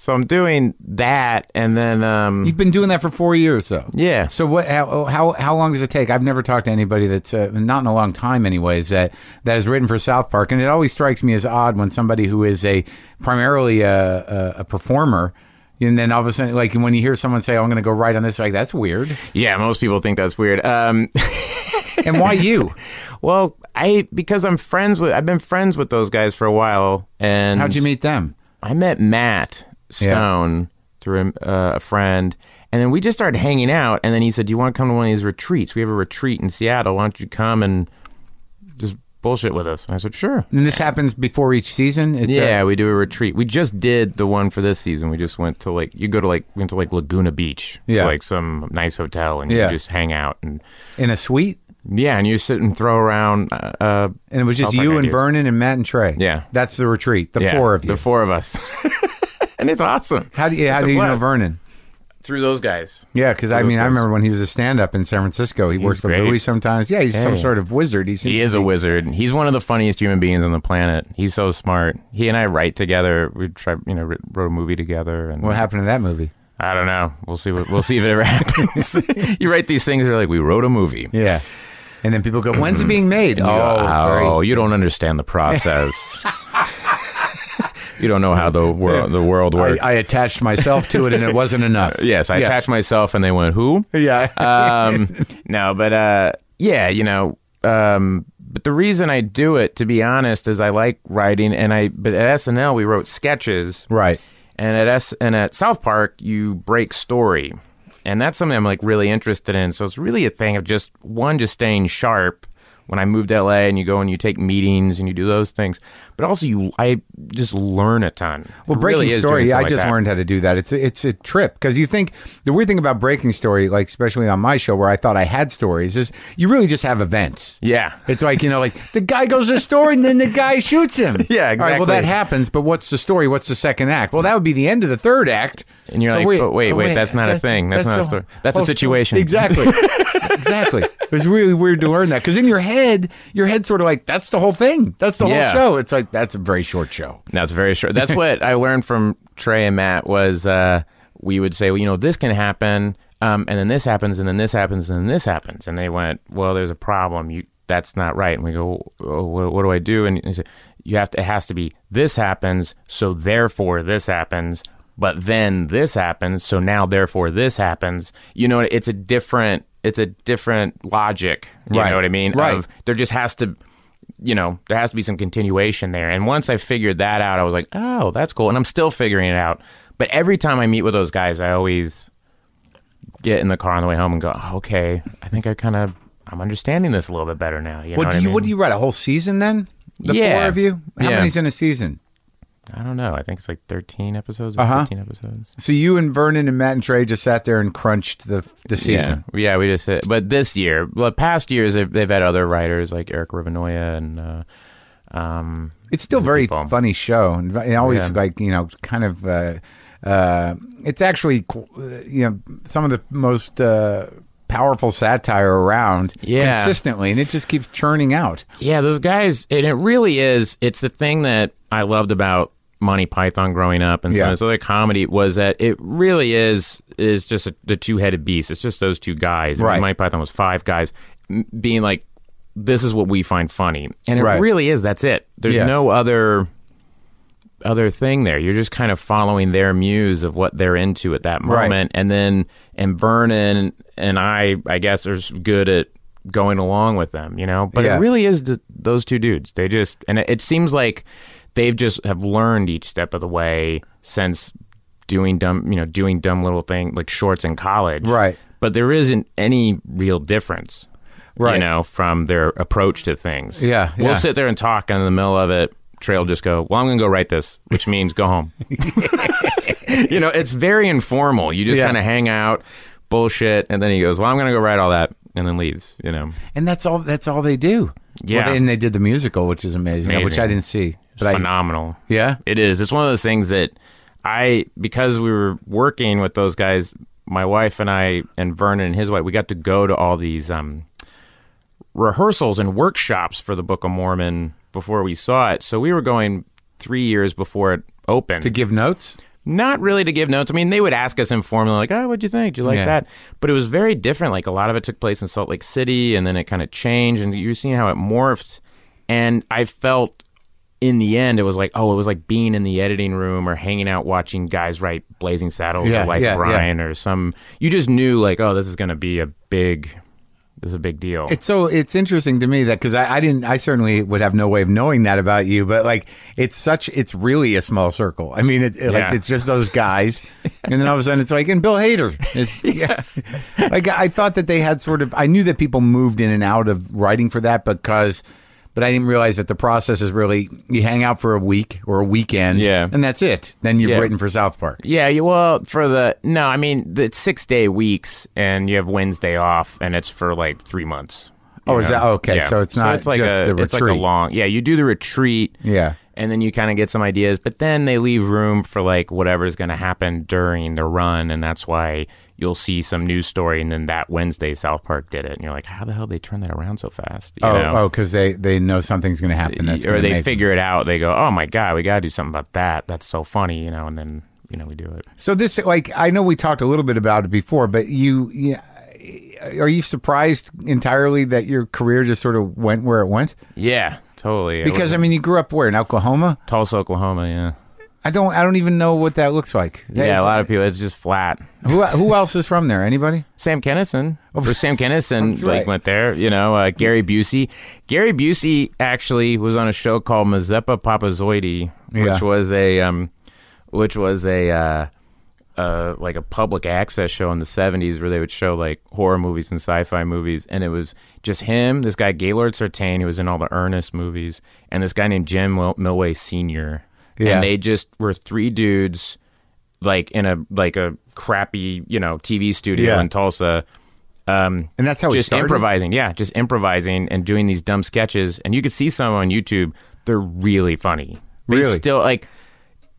Speaker 3: So I'm doing that, and then um,
Speaker 1: You've been doing that for four years, though.
Speaker 3: Yeah.
Speaker 1: So what? How oh, how, how long does it take? I've never talked to anybody that's uh, not in a long time, anyways. That that has written for South Park, and it always strikes me as odd when somebody who is a primarily a, a, a performer, and then all of a sudden, like when you hear someone say, oh, "I'm going to go write on this," like that's weird.
Speaker 3: Yeah, most people think that's weird. Um,
Speaker 1: and why you?
Speaker 3: well, I because I'm friends with I've been friends with those guys for a while, and
Speaker 1: How'd you meet them?
Speaker 3: I met Matt Stone through a, uh, a friend, and then we just started hanging out. And then he said, "Do you want to come to one of these retreats? We have a retreat in Seattle. Why don't you come and just bullshit with us?" And I said, "Sure."
Speaker 1: And this happens before each season. It's uh, a-
Speaker 3: Yeah, we do a retreat. We just did the one for this season. We just went to like you go to like we went to like Laguna Beach,
Speaker 1: Yeah.
Speaker 3: like some nice hotel, and
Speaker 1: Yeah.
Speaker 3: you just hang out and
Speaker 1: in a suite.
Speaker 3: Yeah, and you sit and throw around. Uh, uh,
Speaker 1: And it was just
Speaker 3: South Park
Speaker 1: you and
Speaker 3: ideas.
Speaker 1: Vernon and Matt and Trey.
Speaker 3: Yeah.
Speaker 1: that's the retreat. The
Speaker 3: yeah,
Speaker 1: four of you.
Speaker 3: the four of us, and it's awesome
Speaker 1: how do you how
Speaker 3: It's a
Speaker 1: do you know
Speaker 3: blast.
Speaker 1: Vernon?
Speaker 3: through those guys.
Speaker 1: Yeah, because I
Speaker 3: those
Speaker 1: mean, I
Speaker 3: guys.
Speaker 1: remember when he was a stand-up in San Francisco. He works for
Speaker 3: great.
Speaker 1: Louis sometimes. Yeah, he's some
Speaker 3: Yeah.
Speaker 1: sort of wizard. He's
Speaker 3: He is a wizard. and He's one of the funniest human beings on the planet. He's so smart. He and I write together. We try, you know, writ- wrote a movie together, and
Speaker 1: What happened to that movie?
Speaker 3: I don't know. We'll see. What, we'll see if it ever happens. you write these things. You're like, we wrote a movie.
Speaker 1: Yeah, and then people go, "When's it being made?"
Speaker 3: You go,
Speaker 1: great.
Speaker 3: Mm-hmm. oh, you don't understand the process. you don't know how the world the world works.
Speaker 1: I, I attached myself to it, and it wasn't enough.
Speaker 3: yes, I
Speaker 1: Yeah.
Speaker 3: attached myself, and they went, who?
Speaker 1: Yeah,
Speaker 3: um, no, but uh, yeah, you know. Um, but the reason I do it, to be honest, is I like writing, and I. But at SNL, we wrote sketches,
Speaker 1: right.
Speaker 3: and at S and at South Park, you break story, and that's something I'm like really interested in. So it's really a thing of just one, just staying sharp. When I moved to LA, and you go and you take meetings and you do those things, but also you, I just learn a ton.
Speaker 1: Well,
Speaker 3: It really
Speaker 1: breaking
Speaker 3: is doing
Speaker 1: story,
Speaker 3: stuff
Speaker 1: I
Speaker 3: like
Speaker 1: just
Speaker 3: that.
Speaker 1: learned how to do that. It's a, it's a trip because you think the weird thing about breaking story, like especially on my show where I thought I had stories, is you really just have events.
Speaker 3: Yeah,
Speaker 1: It's like, you know, like the guy goes to the store and then the guy shoots him.
Speaker 3: Yeah,
Speaker 1: All right, well,
Speaker 3: exactly.
Speaker 1: that happens, but what's the story? What's the second act? Well, that would be the end of the third act.
Speaker 3: And you're like, but wait,
Speaker 1: oh,
Speaker 3: wait, that's not a thing. That's not a
Speaker 1: the
Speaker 3: story. That's a
Speaker 1: whole
Speaker 3: situation.
Speaker 1: story. Exactly. exactly. It was really weird to learn that because in your head, your head's sort of like, that's the whole thing. That's the
Speaker 3: Yeah.
Speaker 1: whole show. It's like, that's a very short show.
Speaker 3: No, it's very short. That's what I learned from Trey and Matt was uh, we would say, well, you know, this can happen, um, and then this happens, and then this happens, and then this happens, and they went, well, there's a problem. You that's not right. And we go, oh, what, what do I do? And he said, you have to. It has to be this happens, so therefore this happens. But then this happens, so now therefore this happens. You know, it's a different, it's a different logic. You
Speaker 1: Right.
Speaker 3: know what I mean?
Speaker 1: Right.
Speaker 3: Of there just has to you know there has to be some continuation there and once i figured that out i was like oh that's cool and i'm still figuring it out but every time i meet with those guys i always get in the car on the way home and go oh, okay i think i kind of i'm understanding this a little bit better now you know
Speaker 1: What
Speaker 3: what
Speaker 1: do
Speaker 3: I
Speaker 1: you,
Speaker 3: mean?
Speaker 1: what do you write? A whole season then? The
Speaker 3: Yeah.
Speaker 1: four of you? How
Speaker 3: Yeah.
Speaker 1: many's in a season?
Speaker 3: i don't know i think it's like 13 episodes or
Speaker 1: Uh-huh.
Speaker 3: 15 episodes
Speaker 1: So you and Vernon and Matt and Trey just sat there and crunched the, the season.
Speaker 3: yeah yeah we just hit, but this year the past years they've, they've had other writers like eric Rivenoya and uh um
Speaker 1: It's still very
Speaker 3: people.
Speaker 1: funny show, and it always
Speaker 3: Yeah.
Speaker 1: like you know, kind of. Uh, uh, it's actually qu- uh, you know some of the most uh, powerful satire around,
Speaker 3: Yeah.
Speaker 1: consistently, and it just keeps churning out.
Speaker 3: Yeah, those guys, and it really is. It's the thing that I loved about Monty Python growing up, and
Speaker 1: Yeah.
Speaker 3: some of this other comedy was that it really is is just a, the two headed beast. It's just those two guys. I mean,
Speaker 1: Right.
Speaker 3: Monty Python was five guys m- being like, "This is what we find funny," and it
Speaker 1: Right.
Speaker 3: really is. That's it. There's
Speaker 1: Yeah.
Speaker 3: no other other thing there. You're just kind of following their muse of what they're into at that
Speaker 1: Right.
Speaker 3: moment, and then and Vernon and I, I guess, are s- good at going along with them, you know. But
Speaker 1: Yeah.
Speaker 3: it really is th- those two dudes. They just and it, it seems like they've just have learned each step of the way since doing dumb, you know, doing dumb little thing like shorts in college,
Speaker 1: Right.
Speaker 3: But there isn't any real difference,
Speaker 1: Right.
Speaker 3: You know, from their approach to things.
Speaker 1: Yeah,
Speaker 3: we'll
Speaker 1: yeah.
Speaker 3: sit there and talk, and in the middle of it, Trail just go, well, I'm going to go write this, which means go home. you know, it's very informal. You just
Speaker 1: Yeah.
Speaker 3: kind of hang out, bullshit, and then he goes, well, I'm going to go write all that, and then leaves. You know,
Speaker 1: and that's all. That's all they do.
Speaker 3: Yeah.
Speaker 1: Well, and they did the musical, which is amazing,
Speaker 3: Amazing.
Speaker 1: which I didn't see. But I,
Speaker 3: phenomenal.
Speaker 1: yeah,
Speaker 3: It is. It's one of those things that I, because we were working with those guys, my wife and I, and Vernon and his wife, we got to go to all these um, rehearsals and workshops for the Book of Mormon before we saw it. So we were going three years before it opened.
Speaker 1: to give notes.
Speaker 3: Not really to give notes. I mean, they would ask us informally, like, oh, what'd you think? Do you like
Speaker 1: Yeah.
Speaker 3: that? But it was very different. Like, a lot of it took place in Salt Lake City, and then it kind of changed, and you're seeing how it morphed. And I felt in the end, it was like, oh, it was like being in the editing room or hanging out watching guys write Blazing Saddles
Speaker 1: Yeah,
Speaker 3: or Life
Speaker 1: yeah,
Speaker 3: of Ryan or some. You just knew, like, oh, this is going to be a big, this is a big deal.
Speaker 1: It's so it's interesting to me that because I, I didn't I certainly would have no way of knowing that about you, but like it's such it's really a small circle. I mean, it, it- like
Speaker 3: Yeah.
Speaker 1: it's just those guys, and then all of a sudden it's like and Bill Hader. It's, yeah, like I thought that they had sort of I knew that people moved in and out of writing for that because. But I didn't realize that the process is really you hang out for a week or a weekend,
Speaker 3: Yeah.
Speaker 1: and that's it. Then you've
Speaker 3: Yeah.
Speaker 1: written for South Park.
Speaker 3: Yeah, you, well, for the no, I mean the- it's six day weeks, and you have Wednesday off, and it's for like three months.
Speaker 1: Oh,
Speaker 3: you
Speaker 1: is that- okay, so it's not
Speaker 3: it's like
Speaker 1: just
Speaker 3: a,
Speaker 1: the
Speaker 3: It's like a
Speaker 1: retreat.
Speaker 3: long. Yeah, you do the retreat.
Speaker 1: Yeah.
Speaker 3: and then you kind of get some ideas, but then they leave room for like whatever's going to happen during the run, and that's why you'll see some news story, and then that Wednesday South Park did it, and you're like, how the hell did they turn that around so fast? You
Speaker 1: Oh,
Speaker 3: know?
Speaker 1: oh, because they they know something's going to happen. That's
Speaker 3: or
Speaker 1: gonna
Speaker 3: they
Speaker 1: make-
Speaker 3: figure it out. They go, oh my god, we got to do something about that. That's so funny, you know, and then you know we do it.
Speaker 1: So this, like, I know we talked a little bit about it before, but you, yeah, are you surprised entirely that your career just sort of went where it went?
Speaker 3: Yeah, totally. It
Speaker 1: Because
Speaker 3: was-
Speaker 1: I mean, you grew up where in Oklahoma?
Speaker 3: Tulsa, Oklahoma. Yeah,
Speaker 1: I don't, I don't even know what that looks like.
Speaker 3: yeah. A lot of people. It's just flat.
Speaker 1: who, who else is from there? Anybody?
Speaker 3: Sam Kennison. Or Sam Kennison
Speaker 1: Oh, That's
Speaker 3: like
Speaker 1: right.
Speaker 3: went there. You know, uh, Gary Busey. Gary Busey actually was on a show called Mazeppa Papazoidi,
Speaker 1: Yeah.
Speaker 3: which was a, um, which was a. Uh, uh, like a public access show in the 70s where they would show like horror movies and sci-fi movies and it was just him this guy gaylord Sertain who was in all the Ernest movies and this guy named Jim Mil- Milway senior
Speaker 1: Yeah.
Speaker 3: and they just were three dudes like in a like a crappy you know TV studio
Speaker 1: Yeah.
Speaker 3: in Tulsa um
Speaker 1: And that's how it
Speaker 3: just
Speaker 1: started?
Speaker 3: improvising yeah just improvising and doing these dumb sketches and you could see some on YouTube they're really funny they
Speaker 1: Really?
Speaker 3: still like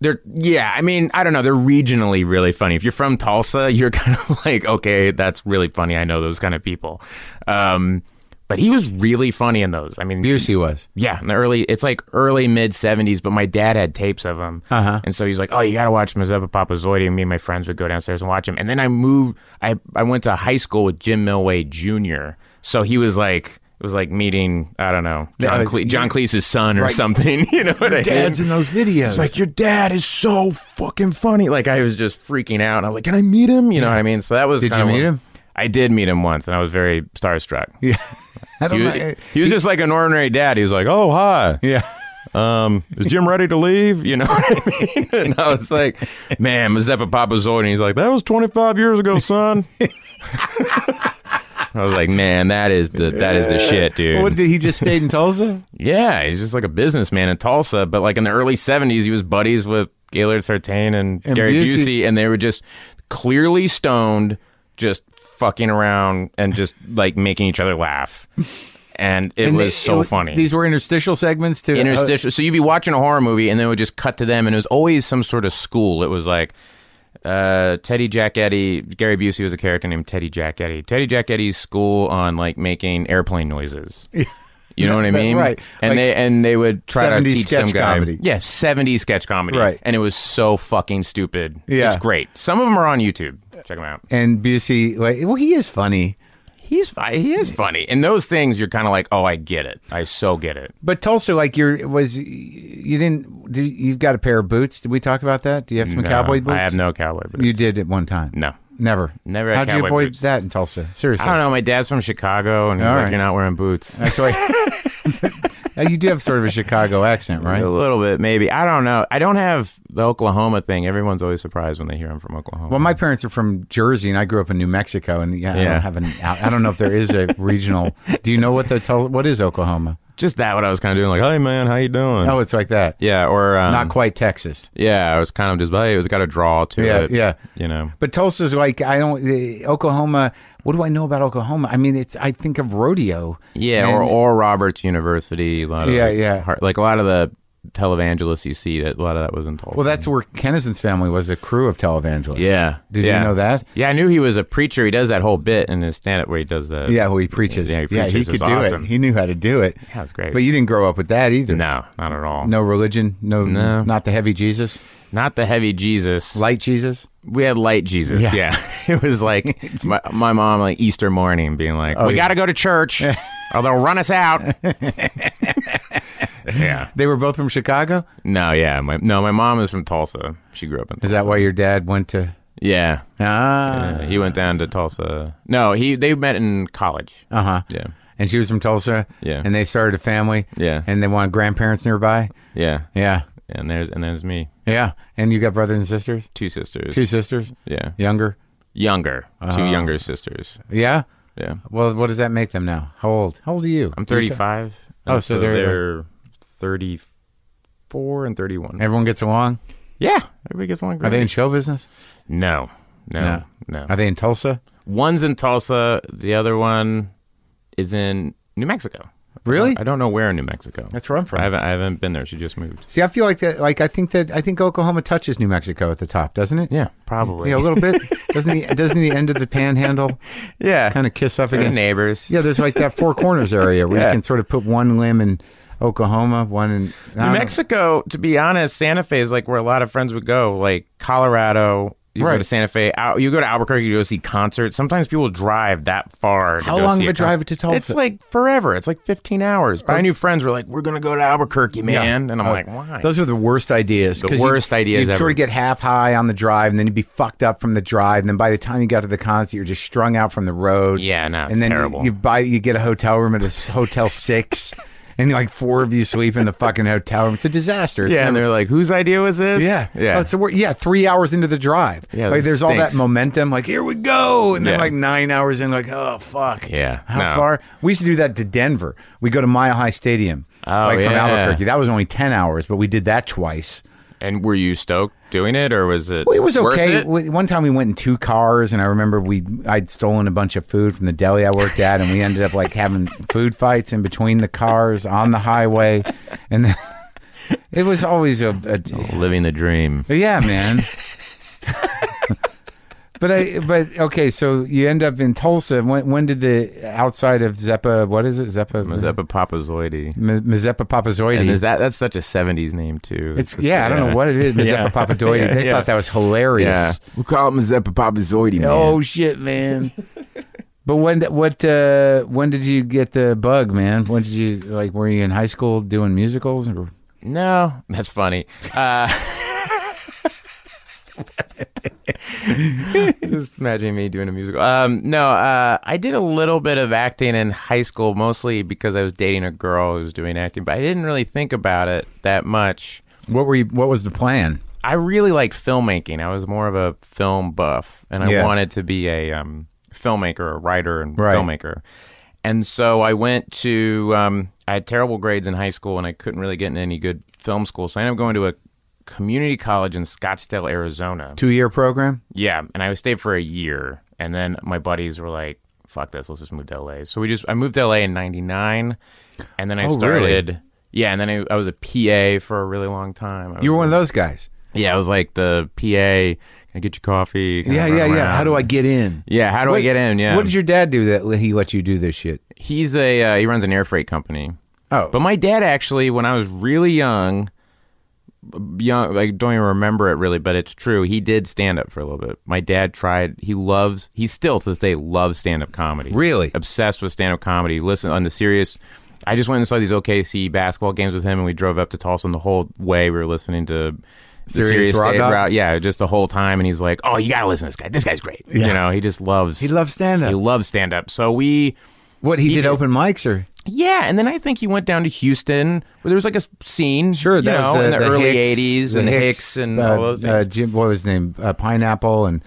Speaker 3: they're yeah i mean i don't know they're regionally really funny if you're from tulsa you're kind of like okay that's really funny i know those kind of people um but he was really funny in those i mean
Speaker 1: Busey was.
Speaker 3: yeah in the early it's like early mid 70s but my dad had tapes of him
Speaker 1: Uh-huh.
Speaker 3: and so he's like oh you gotta watch mazeppa papazoidi and me and my friends would go downstairs and watch him and then i moved i i went to high school with jim milway jr so he was like it was like meeting i don't know
Speaker 1: Yeah,
Speaker 3: john, Cle- john cleese's son or something you know what i mean
Speaker 1: Dad's in those videos.
Speaker 3: it's like your dad is so fucking funny. Like I was just freaking out, and I was like, "Can I meet him?" You know what I mean? So that was.
Speaker 1: Did
Speaker 3: kinda
Speaker 1: you meet
Speaker 3: one-
Speaker 1: him?
Speaker 3: I did meet him once, and I was very starstruck.
Speaker 1: yeah, I don't
Speaker 3: He was,
Speaker 1: know.
Speaker 3: he was just like an ordinary dad. He was like, "Oh hi,
Speaker 1: Yeah.
Speaker 3: um, is Jim ready to leave?" You know what I mean? And I was like, "Man, Mazeppa Papazoid," and he's like, "That was 25 years ago, son." I was like, "Man, that is the that is the shit, dude."
Speaker 1: What did he just stayed in Tulsa?
Speaker 3: Yeah, he's just like a businessman in Tulsa. But like in the early '70s, he was buddies with Gaylord Sartain and,
Speaker 1: And
Speaker 3: Gary
Speaker 1: Busey.
Speaker 3: Busey. and they were just clearly stoned, just fucking around and just like making each other laugh. And it
Speaker 1: And
Speaker 3: was
Speaker 1: they-
Speaker 3: so
Speaker 1: was-
Speaker 3: funny.
Speaker 1: These were interstitial segments uh, too.
Speaker 3: Interstitial. so you'd be watching a horror movie, and then it would just cut to them, and it was always some sort of school. It was like uh, Teddy Jack Eddy. Gary Busey was a character named Teddy Jack Eddy. Teddy Jack Eddy's school on like making airplane noises. You know what I mean?
Speaker 1: Right.
Speaker 3: And
Speaker 1: Like
Speaker 3: they and they would try to
Speaker 1: 70s
Speaker 3: teach
Speaker 1: sketch
Speaker 3: some guy.
Speaker 1: comedy.
Speaker 3: Yeah, seventy sketch comedy.
Speaker 1: Right.
Speaker 3: And it was so fucking stupid.
Speaker 1: Yeah.
Speaker 3: It's great. Some of them are on YouTube. Check them out.
Speaker 1: and Busey, like, well, he is funny.
Speaker 3: He's fi- he is funny. And those things, you're kind of like, oh, I get it. I so get it.
Speaker 1: But Tulsa, like you're was you didn't do you've got a pair of boots? Did we talk about that? Do you have some cowboy
Speaker 3: No,
Speaker 1: boots?
Speaker 3: Uh, I have no cowboy boots.
Speaker 1: You did at one time.
Speaker 3: No.
Speaker 1: never,
Speaker 3: Never had
Speaker 1: How'd you
Speaker 3: cowboy
Speaker 1: avoid
Speaker 3: boots.
Speaker 1: that in Tulsa? Seriously,
Speaker 3: I don't know. My dad's from Chicago, and he's
Speaker 1: All
Speaker 3: like,
Speaker 1: right.
Speaker 3: "You're not wearing boots."
Speaker 1: that's why. Uh, you do have sort of a Chicago accent,
Speaker 3: A
Speaker 1: right?
Speaker 3: little bit, maybe. I don't know. I don't have the Oklahoma thing. Everyone's always surprised when they hear I'm from Oklahoma.
Speaker 1: Well, my parents are from Jersey, and I grew up in New Mexico, and yeah, I
Speaker 3: Yeah.
Speaker 1: don't have an. out- I don't know if there is a regional. Do you know what the Tul- what is Oklahoma?
Speaker 3: Just that what I was kind of doing, like, hey man, how you doing?
Speaker 1: Oh, it's like that.
Speaker 3: yeah, or um,
Speaker 1: Not quite Texas.
Speaker 3: Yeah, I was kind of just, hey, it was got a draw to
Speaker 1: Yeah,
Speaker 3: it.
Speaker 1: yeah.
Speaker 3: you know.
Speaker 1: But Tulsa's like I don't eh, Oklahoma. What do I know about Oklahoma? I mean, it's I think of rodeo.
Speaker 3: Yeah,
Speaker 1: And-
Speaker 3: or or Roberts University. A lot of
Speaker 1: Yeah,
Speaker 3: like,
Speaker 1: yeah.
Speaker 3: har- like a lot of the televangelists you see that a lot of that was in Tulsa.
Speaker 1: Well, that's where Kennison's family was a crew of televangelists.
Speaker 3: yeah.
Speaker 1: Did
Speaker 3: Yeah.
Speaker 1: you know that?
Speaker 3: Yeah, I knew he was a preacher. He does that whole bit in his stand-up where he does the
Speaker 1: Yeah, who he preaches.
Speaker 3: Yeah, he preaches. It's
Speaker 1: could do
Speaker 3: awesome.
Speaker 1: it. He knew how to do it.
Speaker 3: That was great.
Speaker 1: But you didn't grow up with that either.
Speaker 3: no, not at all.
Speaker 1: No religion. No,
Speaker 3: No.
Speaker 1: Not the heavy Jesus.
Speaker 3: not the heavy Jesus.
Speaker 1: Light Jesus.
Speaker 3: we had light Jesus. Yeah, it was like my, my mom like Easter morning being like,
Speaker 1: Oh,
Speaker 3: "We got to go to church, or they'll run us out." yeah.
Speaker 1: They were both from Chicago.
Speaker 3: No, yeah, my no, my mom is from Tulsa. She grew up in.
Speaker 1: Is that why your dad went to?
Speaker 3: Yeah,
Speaker 1: Ah.
Speaker 3: Yeah, he went down to Tulsa. No, he they met in college.
Speaker 1: Uh huh.
Speaker 3: Yeah,
Speaker 1: And she was from Tulsa.
Speaker 3: Yeah.
Speaker 1: And they started a family.
Speaker 3: Yeah.
Speaker 1: And they wanted grandparents nearby.
Speaker 3: yeah,
Speaker 1: Yeah.
Speaker 3: and there's and there's me,
Speaker 1: Yeah. And you got brothers and sisters?
Speaker 3: two sisters.
Speaker 1: Two Ah. sisters?
Speaker 3: yeah,
Speaker 1: Younger?
Speaker 3: younger, two younger sisters.
Speaker 1: Yeah.
Speaker 3: Yeah,
Speaker 1: Well, what does that make them now? How old? How old are you?
Speaker 3: I'm 35.
Speaker 1: Oh,
Speaker 3: and
Speaker 1: so they're-
Speaker 3: 34 and 31.
Speaker 1: Everyone gets along?
Speaker 3: Yeah, everybody gets along. Great.
Speaker 1: Are they in show business?
Speaker 3: No, no, no.
Speaker 1: Are they in Tulsa?
Speaker 3: One's in Tulsa. The other one is in New Mexico.
Speaker 1: Really?
Speaker 3: I don't know where in New Mexico.
Speaker 1: That's where I'm from.
Speaker 3: I haven't, I haven't been there. She just moved.
Speaker 1: See, I feel like that. Like I think that I think Oklahoma touches New Mexico at the top, doesn't it?
Speaker 3: Yeah, probably.
Speaker 1: Yeah, a little bit. doesn't the doesn't the end of the Panhandle
Speaker 3: yeah.
Speaker 1: kind of kiss up
Speaker 3: They're
Speaker 1: again?
Speaker 3: neighbors.
Speaker 1: Yeah, there's like that Four Corners area where
Speaker 3: Yeah.
Speaker 1: you can sort of put one limb in Oklahoma, one in I don't
Speaker 3: New
Speaker 1: know.
Speaker 3: Mexico, to be honest, Santa Fe is like where a lot of friends would go, like Colorado. You go
Speaker 1: Right.
Speaker 3: to Santa Fe. Al- You go to Albuquerque. You go see concerts. Sometimes people drive that far. To
Speaker 1: How
Speaker 3: go
Speaker 1: long
Speaker 3: see
Speaker 1: of a drive
Speaker 3: concert.
Speaker 1: to Tulsa?
Speaker 3: It's like forever. It's like fifteen hours. But I knew friends were like, "We're gonna go to Albuquerque, man," and I'm
Speaker 1: Uh,
Speaker 3: like, "Why?"
Speaker 1: Those are the worst ideas.
Speaker 3: The
Speaker 1: 'cause
Speaker 3: worst
Speaker 1: you,
Speaker 3: ideas
Speaker 1: You'd
Speaker 3: ever.
Speaker 1: sort of get half high on the drive, and then you'd be fucked up from the drive, and then by the time you got to the concert, you're just strung out from the road.
Speaker 3: Yeah, no, it's
Speaker 1: and then you-
Speaker 3: terrible.
Speaker 1: You, buy, you get a hotel room at a s- hotel six, and like four of you sleep in the fucking hotel room. It's a disaster. It's
Speaker 3: yeah, and
Speaker 1: never-
Speaker 3: they're like, "Whose idea was this?"
Speaker 1: yeah,
Speaker 3: yeah.
Speaker 1: Oh, it's the wor- yeah, three hours into the drive.
Speaker 3: Yeah,
Speaker 1: like,
Speaker 3: it
Speaker 1: there's all that
Speaker 3: stinks.
Speaker 1: momentum. Like here we go, and then
Speaker 3: Yeah.
Speaker 1: like nine hours in, like oh fuck.
Speaker 3: Yeah,
Speaker 1: How
Speaker 3: no.
Speaker 1: far? We used to do that to Denver. We go to Mile High Stadium,
Speaker 3: Oh,
Speaker 1: like from
Speaker 3: yeah.
Speaker 1: Albuquerque. That was only ten hours, but we did that twice.
Speaker 3: and were you stoked doing it, or was it?
Speaker 1: Well, it was
Speaker 3: worth
Speaker 1: okay.
Speaker 3: it?
Speaker 1: We- One time we went in two cars, and I remember we I'd stolen a bunch of food from the deli I worked at, and we ended up like having food fights in between the cars on the highway, and then, it was always a, a
Speaker 3: Living the dream.
Speaker 1: yeah, man. but I but okay, so you end up in Tulsa. When when did the outside of Zeppa? What is it? Zeppa
Speaker 3: Was that Papazoidi?
Speaker 1: M- Mazeppa Papazoidi.
Speaker 3: And is that that's such a '70s name too?
Speaker 1: it's yeah, I don't know what it is. Mazeppa Papazoidi.
Speaker 3: Yeah,
Speaker 1: they
Speaker 3: yeah.
Speaker 1: thought that was hilarious.
Speaker 3: Yeah, we call it Mazeppa Papazoidi, man.
Speaker 1: Oh shit, man. but when what uh when did you get the bug, man? When did you like were you in high school doing musicals or
Speaker 3: No, that's funny. Uh, just imagine me doing a musical. Um, no, uh, I did a little bit of acting in high school, mostly because I was dating a girl who was doing acting, but I didn't really think about it that much.
Speaker 1: what were you what was the plan?
Speaker 3: I really liked filmmaking. I was more of a film buff, and I
Speaker 1: Yeah.
Speaker 3: wanted to be a um, filmmaker, a writer, and
Speaker 1: Right.
Speaker 3: filmmaker. And so I went to. Um, I had terrible grades in high school, and I couldn't really get in any good film school. So I ended up going to a community college in Scottsdale, Arizona.
Speaker 1: Two year program?
Speaker 3: Yeah, and I stayed for a year, and then my buddies were like, "Fuck this, let's just move to LA." So we just I moved to LA in '99, and then I
Speaker 1: Oh, really?
Speaker 3: started. Yeah, and then I, I was a PA for a really long time. I was
Speaker 1: You were one of those guys.
Speaker 3: yeah, I was like the PA. Can I get you coffee? Can I
Speaker 1: Yeah,
Speaker 3: run
Speaker 1: yeah, yeah.
Speaker 3: around?
Speaker 1: How do I get in?
Speaker 3: Yeah, how do I
Speaker 1: What-
Speaker 3: get in? Yeah,
Speaker 1: What did your dad do that he let you do this shit?
Speaker 3: he's a uh, he runs an air freight company.
Speaker 1: Oh.
Speaker 3: But my dad actually, when I was really young, young, I don't even remember it really, but it's true. He did stand up for a little bit. My dad tried. He loves. He still to this day loves stand up comedy.
Speaker 1: Really?
Speaker 3: obsessed with stand up comedy. Listen on the serious. I just went and saw these OKC basketball games with him, and we drove up to Tulsa. And the whole way we were listening to the
Speaker 1: Serious Raw
Speaker 3: Dave
Speaker 1: Dog?
Speaker 3: Rou- yeah, just the whole time. And he's like, "Oh, you gotta listen to this guy. This guy's great. You know, he just loves
Speaker 1: He loved stand
Speaker 3: he
Speaker 1: up.
Speaker 3: loves stand up. So we
Speaker 1: What he, did open mics or
Speaker 3: yeah, and then I think he went down to Houston where there was like a s- scene.
Speaker 1: Sure,
Speaker 3: you
Speaker 1: that
Speaker 3: know,
Speaker 1: was the,
Speaker 3: in the, early
Speaker 1: Hicks-
Speaker 3: '80s and Hicks, and
Speaker 1: uh,
Speaker 3: all those
Speaker 1: Uh,
Speaker 3: things.
Speaker 1: Jim, what was his name? Uh, Pineapple and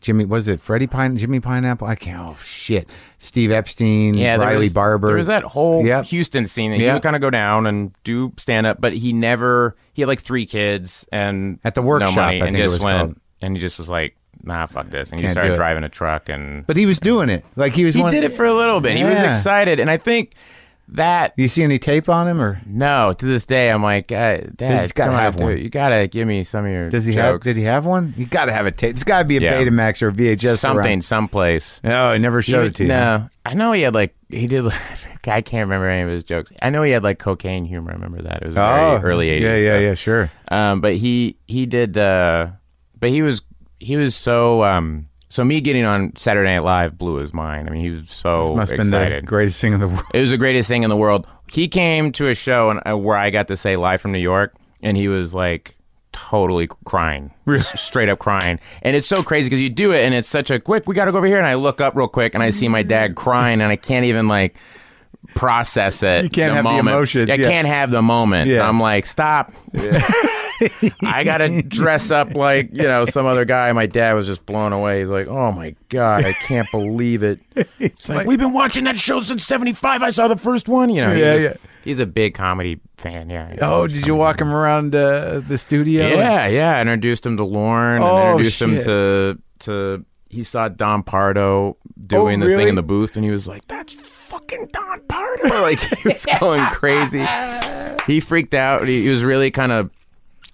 Speaker 1: Jimmy, was it Freddie Pine, Jimmy Pineapple? I can't. Oh shit, Steve Epstein,
Speaker 3: Yeah, there
Speaker 1: Riley
Speaker 3: was-
Speaker 1: Barber.
Speaker 3: There was that whole
Speaker 1: Yep.
Speaker 3: Houston scene that he
Speaker 1: Yep.
Speaker 3: would kind of go down and do stand up, but he never. He had like three kids and
Speaker 1: At the workshop,
Speaker 3: no money,
Speaker 1: I
Speaker 3: and
Speaker 1: think it
Speaker 3: just
Speaker 1: was
Speaker 3: went
Speaker 1: called.
Speaker 3: and he just was like, nah, fuck this, and he
Speaker 1: Can't do
Speaker 3: started
Speaker 1: it.
Speaker 3: driving a truck and.
Speaker 1: But he was doing it. Like he was.
Speaker 3: he
Speaker 1: one,
Speaker 3: did it for a little bit. He was
Speaker 1: Yeah.
Speaker 3: excited, and I think that
Speaker 1: You see any tape on him, or
Speaker 3: no, to this day, I'm like, uh, Dad,
Speaker 1: He's gotta
Speaker 3: come on,
Speaker 1: have
Speaker 3: dude,
Speaker 1: one.
Speaker 3: You gotta give me some of your.
Speaker 1: does he have?
Speaker 3: jokes.
Speaker 1: Did he have one? You got to have a tape. It's got to be a
Speaker 3: Yeah.
Speaker 1: Betamax or a VHS.
Speaker 3: something
Speaker 1: around.
Speaker 3: someplace?
Speaker 1: No, I never showed
Speaker 3: He-
Speaker 1: it to you.
Speaker 3: No, I know he had like he did. like- I can't remember any of his jokes. I know he had like cocaine humor. I remember that. It was
Speaker 1: Oh,
Speaker 3: very early '80s.
Speaker 1: Yeah, yeah, yeah. Sure.
Speaker 3: yeah. Um, but he he did. Uh, but he was he was so um so me getting on Saturday Night Live blew his mind. I mean, he was so
Speaker 1: Must have been the
Speaker 3: excited.
Speaker 1: greatest thing in the world.
Speaker 3: It was the greatest thing in the world. He came to a show and uh, where I got to say live from New York, and he was like totally crying, S- straight up crying. And it's so crazy because you do it, and it's such a quick. We got to go over here, and I look up real quick, and I see my
Speaker 1: Mm.
Speaker 3: dad crying, and I can't even like process it. You
Speaker 1: can't have the emotions,
Speaker 3: I
Speaker 1: yeah.
Speaker 3: can't have the moment.
Speaker 1: Yeah.
Speaker 3: I'm like, stop. I gotta dress up like you know some other guy. My dad was just blown away. He's like, "Oh my god, I can't believe it." It's like, we've been watching that show since '75. I saw the first one. You know, he's
Speaker 1: Yeah,
Speaker 3: just- He's a big comedy fan. Yeah.
Speaker 1: Oh, did you walk him around uh, the studio?
Speaker 3: yeah, yeah. I introduced him to Lauren.
Speaker 1: Oh,
Speaker 3: and introduced him
Speaker 1: shit.
Speaker 3: to to. He saw Don Pardo doing the
Speaker 1: Oh, really?
Speaker 3: thing in the booth, and he was like, "That's fucking Don Pardo!" Like he was going crazy. He freaked out. He, he was really kind of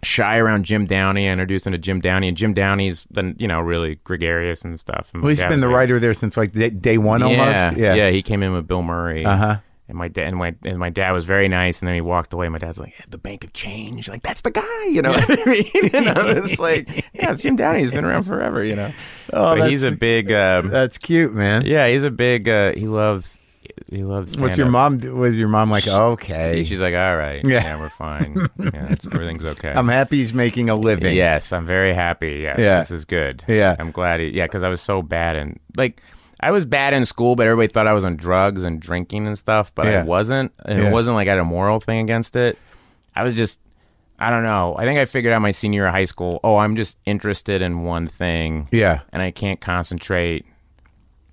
Speaker 3: shy around Jim Downey. I introduced him to Jim Downey, and Jim Downey's then you know really gregarious and stuff. And
Speaker 1: Well, he's
Speaker 3: yeah,
Speaker 1: been the
Speaker 3: like-
Speaker 1: writer there since like day- day one almost.
Speaker 3: yeah,
Speaker 1: Yeah.
Speaker 3: yeah. He came in with Bill Murray. Uh
Speaker 1: Uh-huh.
Speaker 3: And my dad and my and my dad was very nice, and then he walked away. My dad's like, "The Bank of Change, like that's the guy," you know. what I mean? you know, it's like, yeah, Jim Downey's been around forever, you know.
Speaker 1: Oh,
Speaker 3: so he's a
Speaker 1: that's-
Speaker 3: big, um,
Speaker 1: That's cute, man.
Speaker 3: yeah, he's a big. Uh, he loves, he loves.
Speaker 1: What's your
Speaker 3: stand-up.
Speaker 1: mom? do- Was your mom like, "Oh, okay,
Speaker 3: She's like, "All right,
Speaker 1: Yeah.
Speaker 3: yeah, we're fine. Yeah, it's- everything's okay."
Speaker 1: I'm happy he's making a living.
Speaker 3: Yes, I'm very happy. Yes,
Speaker 1: Yeah.
Speaker 3: this is good.
Speaker 1: Yeah.
Speaker 3: I'm glad. He, yeah, because I was so bad in like I was bad in school, but everybody thought I was on drugs and drinking and stuff, but
Speaker 1: Yeah.
Speaker 3: I wasn't. And
Speaker 1: Yeah.
Speaker 3: it wasn't like I had a moral thing against it. I was just I don't know. I think I figured out my senior year of high school. Oh, I'm just interested in one thing,
Speaker 1: Yeah.
Speaker 3: and I can't concentrate.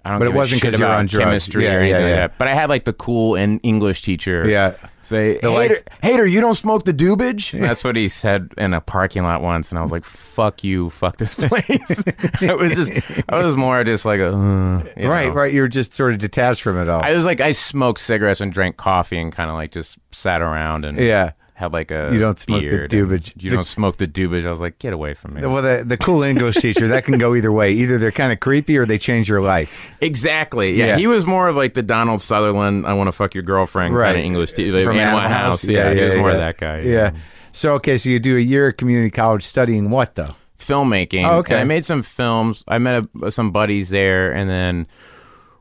Speaker 3: I don't
Speaker 1: But it
Speaker 3: give a
Speaker 1: wasn't
Speaker 3: shit
Speaker 1: 'cause you were
Speaker 3: about
Speaker 1: on drugs.
Speaker 3: chemistry
Speaker 1: Yeah,
Speaker 3: or
Speaker 1: yeah,
Speaker 3: anything
Speaker 1: yeah.
Speaker 3: like that. But I had like the cool en- English teacher.
Speaker 1: Yeah.
Speaker 3: Say, hater,
Speaker 1: like-
Speaker 3: hater, you don't smoke the doobage? That's what he said in a parking lot once, and I was like, fuck you, fuck this place. I was just, I was more just like a, uh, you
Speaker 1: Right,
Speaker 3: know.
Speaker 1: right. You're just sort of detached from it all.
Speaker 3: I was like, I smoked cigarettes and drank coffee and kind of like just sat around and
Speaker 1: yeah.
Speaker 3: had like a
Speaker 1: You don't smoke the
Speaker 3: beard and
Speaker 1: doobage.
Speaker 3: You
Speaker 1: The-
Speaker 3: don't smoke the doobage. I was like, get away from me.
Speaker 1: Well, the, the cool English teacher, that can go either way. Either they're kind of creepy or they change your life.
Speaker 3: Exactly. Yeah.
Speaker 1: Yeah.
Speaker 3: He was more of like the Donald Sutherland, I want to fuck your girlfriend
Speaker 1: Right.
Speaker 3: kind of English teacher. Like, Animal House. Yeah, he was more of that guy.
Speaker 1: Yeah. So, okay, so you do a year at community college studying what, though?
Speaker 3: filmmaking.
Speaker 1: Oh, okay.
Speaker 3: And I made some films. I met a, some buddies there, and then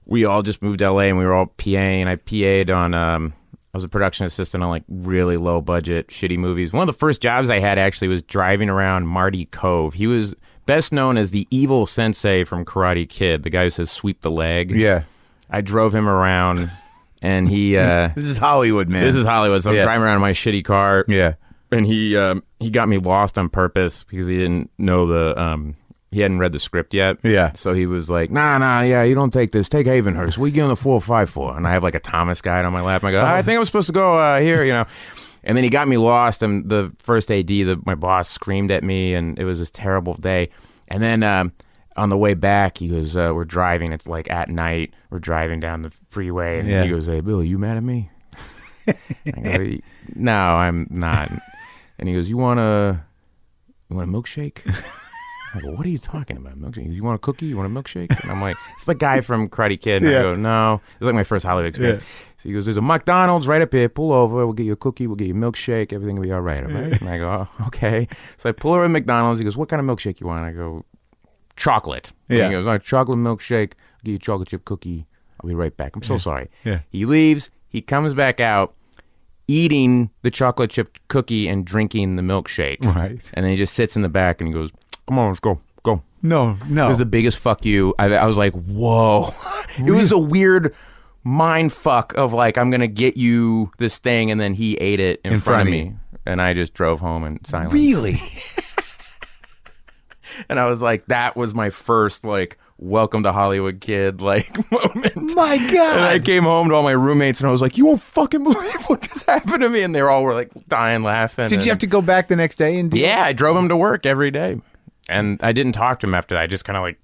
Speaker 3: we all just moved to LA, and we were all PA. And I PA'd on. Um, I was a production assistant on like really low budget, shitty movies. One of the first jobs I had actually was driving around Marty Cove. He was best known as the evil sensei from Karate Kid, the guy who says sweep the leg.
Speaker 1: Yeah.
Speaker 3: I drove him around, and he. Uh,
Speaker 1: This is Hollywood, man.
Speaker 3: this is Hollywood, so I'm
Speaker 1: Yeah.
Speaker 3: driving around in my shitty car
Speaker 1: yeah.
Speaker 3: and he um, he got me lost on purpose because he didn't know the um, he hadn't read the script yet.
Speaker 1: Yeah.
Speaker 3: So he was like, "Nah, nah, yeah, you don't take this. Take Havenhurst. We get on the four five four. And I have like a Thomas guide on my lap. And I go, "I think I'm supposed to go uh, here," you know. And then he got me lost. And the first AD, the, my boss screamed at me, and it was this terrible day. And then um, on the way back, he goes, uh, "We're driving. It's like at night. We're driving down the freeway." And
Speaker 1: Yeah.
Speaker 3: he goes, "Hey, Bill, you mad at me?" I go, no, I'm not. And he goes, you want a, you want a milkshake? I go, what are you talking about? Milkshake? He goes, You want a cookie? You want a milkshake? And I'm like, it's the guy from Karate Kid. And
Speaker 1: Yeah.
Speaker 3: I go, no. It was like my first Hollywood experience. So he goes, there's a McDonald's right up here. Pull over. We'll get you a cookie. We'll get you a milkshake. Everything will be all right. All right? And I go, oh, okay. So I pull over to McDonald's. He goes, what kind of milkshake you want? I go, chocolate. And
Speaker 1: Yeah.
Speaker 3: he goes, "All right, chocolate milkshake. I'll get you a chocolate chip cookie. I'll be right back. I'm so sorry.
Speaker 1: Yeah.
Speaker 3: He leaves. He comes back out eating the chocolate chip cookie and drinking the milkshake.
Speaker 1: Right.
Speaker 3: And then he just sits in the back and he goes, Come on, let's go. Go.
Speaker 1: No,
Speaker 3: It
Speaker 1: no.
Speaker 3: was the biggest fuck you. I, I was like, Whoa. it was a weird mind fuck of like, I'm going to get you this thing. And then he ate it in,
Speaker 1: In front of
Speaker 3: me. And I just drove home in silence.
Speaker 1: Really?
Speaker 3: and I was like, that was my first like welcome to Hollywood kid like moment.
Speaker 1: My
Speaker 3: And I
Speaker 1: God.
Speaker 3: came home to all my roommates and I was like, you won't fucking believe what just happened to me. And they all were like dying laughing.
Speaker 1: Did you have to go back the next day and do
Speaker 3: Yeah, I drove him to work every day. And I didn't talk to him after that. I just kind of like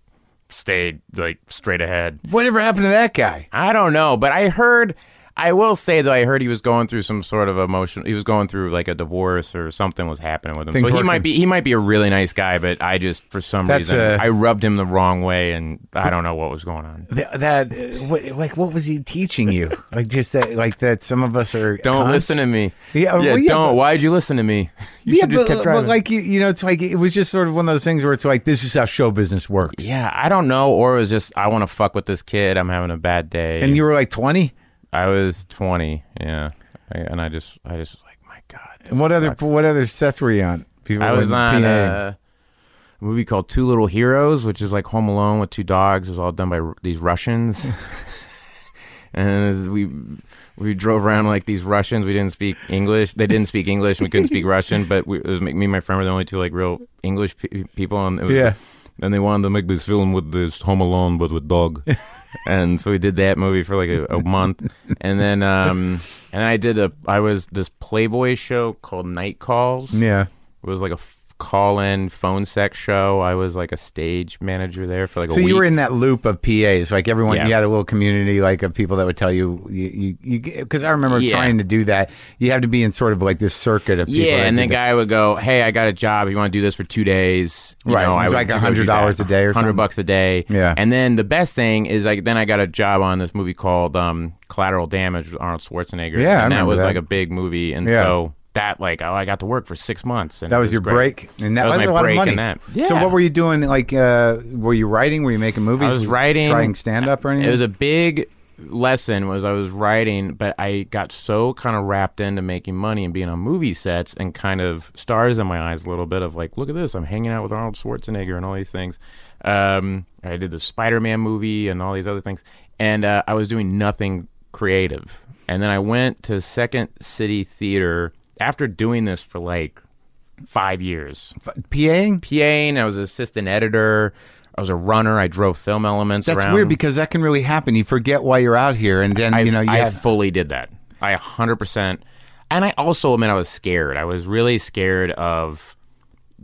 Speaker 3: stayed like straight ahead.
Speaker 1: whatever happened to that guy?
Speaker 3: I don't know, but I heard. I will say though, I heard he was going through some sort of emotional. He was going through like a divorce or something was happening with him.
Speaker 1: Things
Speaker 3: so he
Speaker 1: working.
Speaker 3: might be he might be a really nice guy, but I just for some
Speaker 1: That's
Speaker 3: reason
Speaker 1: a-
Speaker 3: I rubbed him the wrong way, and I don't know what was going on.
Speaker 1: Th- that uh, what, like what was he teaching you? like just that like that some of us are
Speaker 3: Don't
Speaker 1: cons?
Speaker 3: listen to me.
Speaker 1: Yeah, well, yeah,
Speaker 3: don't.
Speaker 1: but-
Speaker 3: Why'd you listen to me? You
Speaker 1: Yeah,
Speaker 3: should just
Speaker 1: but,
Speaker 3: kept
Speaker 1: but,
Speaker 3: driving.
Speaker 1: like you, you know, it's like it was just sort of one of those things where it's like this is how show business works.
Speaker 3: yeah, I don't know, or it was just I want to fuck with this kid. I'm having a bad day.
Speaker 1: And you were like twenty.
Speaker 3: I was 20. Yeah, I, and I just I just was like my God.
Speaker 1: And what other what other sets were you on? People
Speaker 3: I
Speaker 1: were
Speaker 3: was
Speaker 1: in
Speaker 3: on
Speaker 1: PA.
Speaker 3: uh, a movie called Two Little Heroes, which is like Home Alone with two dogs. It was all done by r- these Russians. and as we we drove around like these Russians. We didn't speak English. They didn't speak English. and We couldn't speak Russian. But we, it was, me and my friend were the only two like real English pe- people. And it was,
Speaker 1: Yeah.
Speaker 3: And they wanted to make this film with this Home Alone, but with dog. and so we did that movie for like a, a month, and then um, and I did a I was this Playboy show called Night Calls.
Speaker 1: yeah.
Speaker 3: It was like a f- call-in phone sex show. I was like a stage manager there for like a
Speaker 1: So
Speaker 3: week.
Speaker 1: you were in that loop of PAs, like everyone.
Speaker 3: Yeah.
Speaker 1: You had a little community, like of people that would tell you, you, you, because I remember
Speaker 3: Yeah.
Speaker 1: trying to do that. You have to be in sort of like this circuit of people.
Speaker 3: yeah,
Speaker 1: that
Speaker 3: and
Speaker 1: do
Speaker 3: the
Speaker 1: that.
Speaker 3: guy would go, "Hey, I got a job. You want to do this for two days?" You
Speaker 1: Right.
Speaker 3: know,
Speaker 1: It
Speaker 3: I
Speaker 1: was
Speaker 3: would
Speaker 1: like
Speaker 3: go do
Speaker 1: $100
Speaker 3: that.
Speaker 1: a day or something.
Speaker 3: hundred bucks a day.
Speaker 1: Yeah.
Speaker 3: And then the best thing is like then I got a job on this movie called um, Collateral Damage with Arnold Schwarzenegger.
Speaker 1: Yeah, I
Speaker 3: and that
Speaker 1: remember
Speaker 3: was
Speaker 1: that.
Speaker 3: like a big movie, and
Speaker 1: Yeah.
Speaker 3: so that like oh, I got to work for six months. And
Speaker 1: That
Speaker 3: it
Speaker 1: was your
Speaker 3: great.
Speaker 1: break, and that,
Speaker 3: That was
Speaker 1: a
Speaker 3: my
Speaker 1: lot
Speaker 3: break
Speaker 1: of money.
Speaker 3: in that.
Speaker 1: So
Speaker 3: Yeah.
Speaker 1: what were you doing? Like, uh, were you writing? Were you making movies?
Speaker 3: I was
Speaker 1: Were you
Speaker 3: writing.
Speaker 1: trying stand up or anything.
Speaker 3: It was a big lesson was I was writing, but I got so kind of wrapped into making money and being on movie sets and kind of stars in my eyes a little bit of like, look at this, I'm hanging out with Arnold Schwarzenegger and all these things. Um, I did the Spider-Man movie and all these other things, and uh, I was doing nothing creative. And then I went to Second City Theater after doing this for like five years.
Speaker 1: PAing.
Speaker 3: PAing, I was assistant editor. I was a runner. I drove film elements.
Speaker 1: That's
Speaker 3: around.
Speaker 1: weird because that can really happen. You forget why you're out here, and then you know you
Speaker 3: I
Speaker 1: have
Speaker 3: fully did that. I 100%. And I also, I mean, I was scared. I was really scared of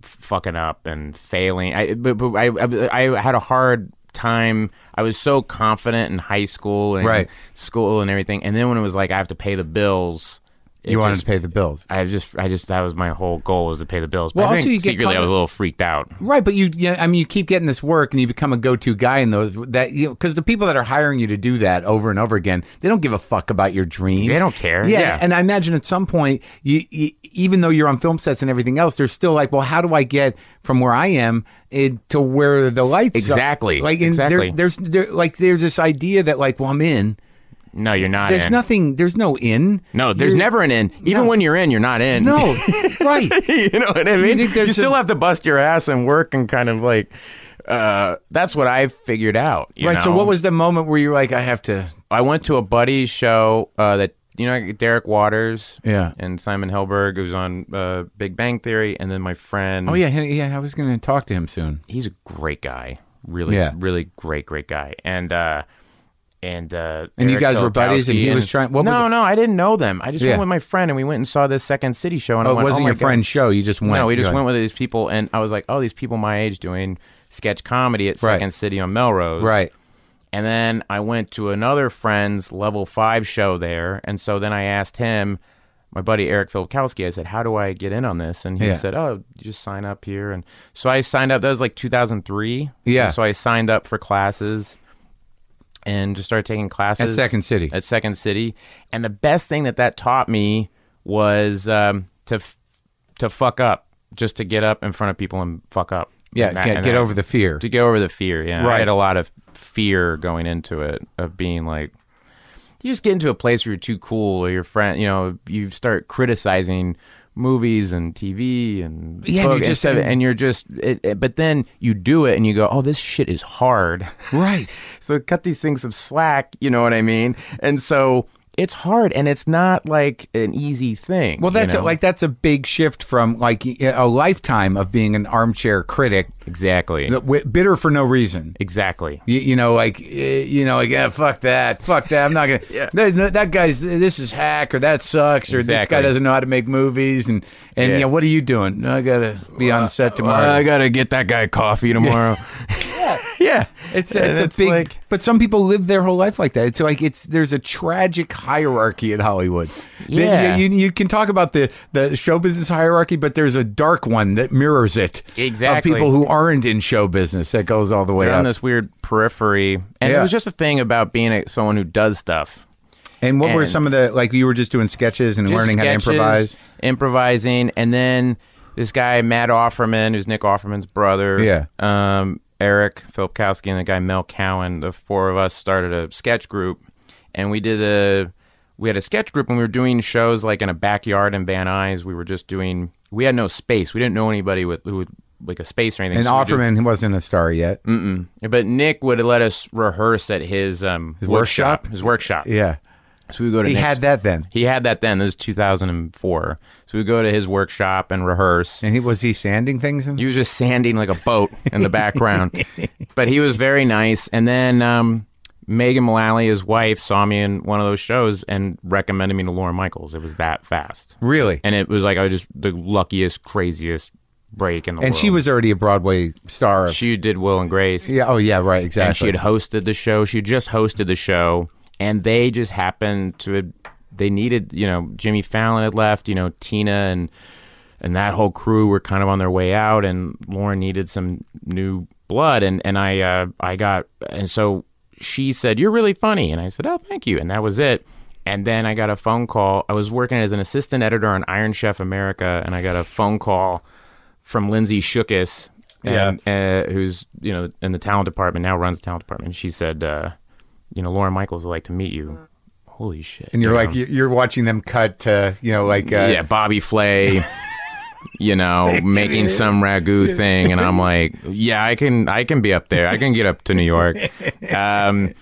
Speaker 3: f- fucking up and failing. I, but, but I, I, I had a hard time. I was so confident in high school and
Speaker 1: Right.
Speaker 3: school and everything. And then when it was like, I have to pay the bills. it
Speaker 1: you wanted
Speaker 3: just-
Speaker 1: to pay the bills.
Speaker 3: I just, I just, that was my whole goal was to pay the bills. But
Speaker 1: Well,
Speaker 3: I
Speaker 1: also
Speaker 3: think
Speaker 1: you get
Speaker 3: secretly,
Speaker 1: caught
Speaker 3: I was
Speaker 1: up-
Speaker 3: a little freaked out.
Speaker 1: Right, but you, yeah, I mean, you keep getting this work, and you become a go-to guy in those that you because the people that are hiring you to do that over and over again, they don't give a fuck about your dream.
Speaker 3: They don't care.
Speaker 1: Yeah,
Speaker 3: Yeah.
Speaker 1: and I imagine at some point, you, you even though you're on film sets and everything else, they're still like, well, how do I get from where I am it, to where the lights are?
Speaker 3: Exactly.
Speaker 1: Like, and
Speaker 3: Exactly.
Speaker 1: There, there's there, like there's this idea that like, well, I'm in.
Speaker 3: No, you're not
Speaker 1: There's
Speaker 3: in.
Speaker 1: nothing. There's no in.
Speaker 3: no, there's
Speaker 1: You're-
Speaker 3: never an in. Even
Speaker 1: No.
Speaker 3: when you're in, you're not in.
Speaker 1: no. right.
Speaker 3: you know what I mean? You,
Speaker 1: think there's
Speaker 3: still
Speaker 1: some-
Speaker 3: have to bust your ass and work and kind of like. Uh, that's what I figured out. you
Speaker 1: Right. So
Speaker 3: know?
Speaker 1: what was the moment where you're like, I have to?
Speaker 3: I went to a buddy's show uh, that you know Derek Waters,
Speaker 1: Yeah.
Speaker 3: and Simon Helberg, who's on uh, Big Bang Theory, and then my friend.
Speaker 1: Oh yeah, he- yeah. I was going to talk to him soon.
Speaker 3: he's a great guy, really,
Speaker 1: Yeah.
Speaker 3: really great, great guy, and uh, and uh,
Speaker 1: And you
Speaker 3: Eric
Speaker 1: guys were buddies and
Speaker 3: Filipowski
Speaker 1: he was trying- what
Speaker 3: no,
Speaker 1: was
Speaker 3: no, I didn't know them. I just
Speaker 1: Yeah.
Speaker 3: went with my friend, and we went and saw this Second City show, and I
Speaker 1: Oh, it
Speaker 3: went,
Speaker 1: wasn't
Speaker 3: oh my
Speaker 1: your
Speaker 3: God.
Speaker 1: friend's show. You just went.
Speaker 3: No, we just
Speaker 1: You're
Speaker 3: went
Speaker 1: like,
Speaker 3: with these people, and I was like, oh, these people my age doing sketch comedy at
Speaker 1: Right.
Speaker 3: Second City on Melrose.
Speaker 1: right.
Speaker 3: And then I went to another friend's level five show there. And so then I asked him, my buddy Eric Filipkowski, I said, how do I get in on this? And he
Speaker 1: Yeah.
Speaker 3: said, oh, you just sign up here. And so I signed up. That was like 2003.
Speaker 1: Yeah.
Speaker 3: And so I signed up for classes and just started taking classes
Speaker 1: At Second City.
Speaker 3: at Second City. And the best thing that that taught me was um, to f- to fuck up, just to get up in front of people and fuck up.
Speaker 1: yeah,
Speaker 3: And that-
Speaker 1: get,
Speaker 3: and
Speaker 1: get
Speaker 3: that-
Speaker 1: over the fear.
Speaker 3: to get over the fear. Yeah,
Speaker 1: Right.
Speaker 3: I had a lot of fear going into it of being like, you just get into a place where you're too cool, or your friend, you know, you start criticizing movies and TV and
Speaker 1: Yeah,
Speaker 3: book
Speaker 1: you just-
Speaker 3: stuff, and you're just, it, it- but then you do it and you go, oh, this shit is hard.
Speaker 1: Right.
Speaker 3: so cut these things some slack, you know what I mean? And so it's hard and it's not like an easy thing.
Speaker 1: Well, that's
Speaker 3: you know?
Speaker 1: like that's a big shift from like a lifetime of being an armchair critic,
Speaker 3: exactly,
Speaker 1: that w- bitter for no reason.
Speaker 3: exactly.
Speaker 1: You, you know, like eh, you know, like yeah, fuck that, fuck that. I'm not gonna. that, that- that guy's this is hack or that sucks or this guy
Speaker 3: Exactly.
Speaker 1: doesn't know how to make movies and and yeah,
Speaker 3: Yeah. uh,
Speaker 1: what are you doing? No, I gotta be on set tomorrow.
Speaker 3: I gotta get that guy coffee tomorrow.
Speaker 1: yeah, it's a,
Speaker 3: And
Speaker 1: it's,
Speaker 3: it's
Speaker 1: a big.
Speaker 3: like-
Speaker 1: but some people live their whole life like that. It's like it's there's a tragic hierarchy in Hollywood. That you-
Speaker 3: Yeah.
Speaker 1: you, you can talk about the the show business hierarchy, but there's a dark one that mirrors it.
Speaker 3: Exactly.
Speaker 1: of people who aren't in show business that goes all the way
Speaker 3: They're on
Speaker 1: up.
Speaker 3: this weird periphery, and
Speaker 1: Yeah.
Speaker 3: it was just a thing about being a, someone who does stuff.
Speaker 1: and what were
Speaker 3: and-
Speaker 1: some of the like you were just doing sketches and
Speaker 3: Just
Speaker 1: learning
Speaker 3: sketches,
Speaker 1: how to improvise?
Speaker 3: improvising, and then this guy Matt Offerman, who's Nick Offerman's brother,
Speaker 1: Yeah.
Speaker 3: um, Eric Filipkowski, and the guy Mel Cowan. The four of us started a sketch group, and we did a we had a sketch group, and we were doing shows like in a backyard in Van Nuys. We were just doing. We had no space. We didn't know anybody with who would like a space or anything.
Speaker 1: And
Speaker 3: so we did- Mm.
Speaker 1: Offerman he wasn't a star yet.
Speaker 3: but Nick would let us rehearse at his um his
Speaker 1: workshop?
Speaker 3: His workshop.
Speaker 1: Yeah,
Speaker 3: So we would go to
Speaker 1: he
Speaker 3: Nick's-
Speaker 1: had that then.
Speaker 3: he had that then. This is 2004. So we go to his workshop and rehearse.
Speaker 1: And he was he sanding things. In?
Speaker 3: He was just sanding like a boat in the background, but he was very nice. And then um, Megan Mullally, his wife, saw me in one of those shows and recommended me to Lauren Michaels. It was that fast,
Speaker 1: really.
Speaker 3: and it was like I was just the luckiest, craziest break in the world.
Speaker 1: And she was already a Broadway star. Of,
Speaker 3: she did Will and Grace.
Speaker 1: yeah. Oh yeah. Right. Exactly.
Speaker 3: and she had hosted the show. She had just hosted the show, and they just happened to. They needed, you know, Jimmy Fallon had left. You know, Tina and and that whole crew were kind of on their way out, and Lauren needed some new blood, and and I uh, I got and so she said, "You're really funny," and I said, "Oh, thank you," and that was it. And then I got a phone call. I was working as an assistant editor on Iron Chef America, and I got a phone call from Lindsay Shookus, and, uh, who's you know in the talent department now runs the talent department. She said, uh, "You know, Lauren Michaels would like to meet you." Holy shit!
Speaker 1: Mm. and you're like you- you're watching them cut uh, you know like uh,
Speaker 3: yeah, Bobby Flay, you know, making some ragu thing, and I'm like, yeah, I can, I can be up there. I can get up to New York. Um,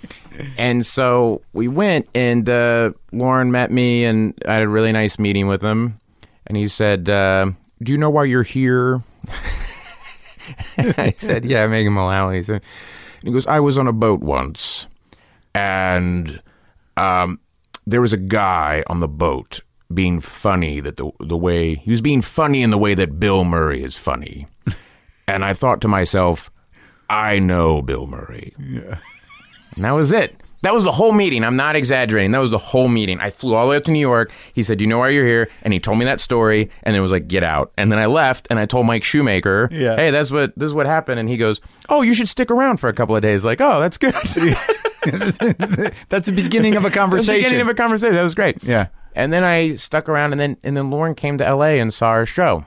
Speaker 3: and so we went, and uh, Lauren met me, and I had a really nice meeting with him, and he said, uh, "Do you know why you're here?" I said, "Yeah, Megan Mullally." He said, and he goes, "I was on a boat once, and." um, there was a guy on the boat being funny that the the way he was being funny in the way that Bill Murray is funny, and I thought to myself, I know Bill Murray. Yeah, and that was it. That was the whole meeting. I'm not exaggerating. That was the whole meeting. I flew all the way up to New York. He said, "Do you know why you're here?" And he told me that story. And it was like, "Get out." And then I left. And I told Mike Shoemaker,
Speaker 1: Yeah.
Speaker 3: "Hey, that's what this is what happened." And he goes, "Oh, you should stick around for a couple of days." Like, "Oh, that's good."
Speaker 1: that's the beginning of a
Speaker 3: That's
Speaker 1: conversation
Speaker 3: The beginning of a conversation. That was great.
Speaker 1: Yeah.
Speaker 3: And then I stuck around, and then and then Lauren came to L.A. and saw our show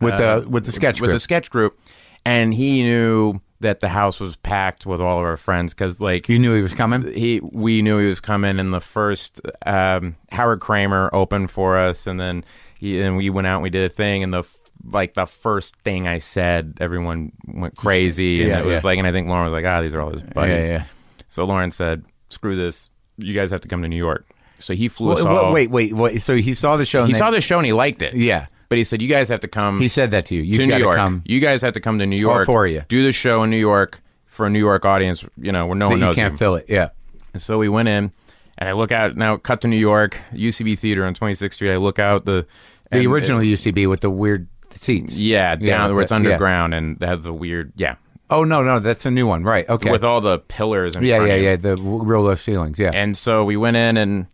Speaker 1: with the with the sketch
Speaker 3: with
Speaker 1: group.
Speaker 3: the sketch group, and he knew that the house was packed with all of our friends because like
Speaker 1: you knew he was coming
Speaker 3: he we knew he was coming and the first um, Howard Kramer opened for us and then he and we went out and we did a thing and the f- like the first thing I said everyone went crazy and
Speaker 1: Yeah,
Speaker 3: it was
Speaker 1: yeah.
Speaker 3: like and I think Lauren was like ah these are all his buddies
Speaker 1: Yeah, yeah.
Speaker 3: so Lauren said screw this you guys have to come to New York so he flew us
Speaker 1: Wait,
Speaker 3: all
Speaker 1: wait, wait, wait. So he saw the show. And
Speaker 3: he
Speaker 1: then-
Speaker 3: saw the show and he liked it
Speaker 1: Yeah,
Speaker 3: but he said you guys have to come
Speaker 1: he said that to you. You
Speaker 3: to New
Speaker 1: gotta
Speaker 3: York.
Speaker 1: come.
Speaker 3: You guys have to come to New
Speaker 1: All
Speaker 3: York
Speaker 1: four of you.
Speaker 3: Do the show in New York for a New York audience. You know where no
Speaker 1: That
Speaker 3: one
Speaker 1: you
Speaker 3: knows
Speaker 1: can't
Speaker 3: you.
Speaker 1: fill it. Yeah.
Speaker 3: And so we went in, and I look out now. Cut to New York, UCB Theater on 26th Street. I look out the
Speaker 1: The
Speaker 3: and- uh,
Speaker 1: original UCB with the weird seats.
Speaker 3: yeah, down
Speaker 1: Yeah,
Speaker 3: where it's
Speaker 1: the- yeah.
Speaker 3: underground and they have the weird, yeah,
Speaker 1: Oh no, no, that's a new one. Right. Okay.
Speaker 3: with all the pillars. In
Speaker 1: yeah,
Speaker 3: front
Speaker 1: yeah,
Speaker 3: of you.
Speaker 1: yeah. The w- real low ceilings. Yeah.
Speaker 3: And so we went in and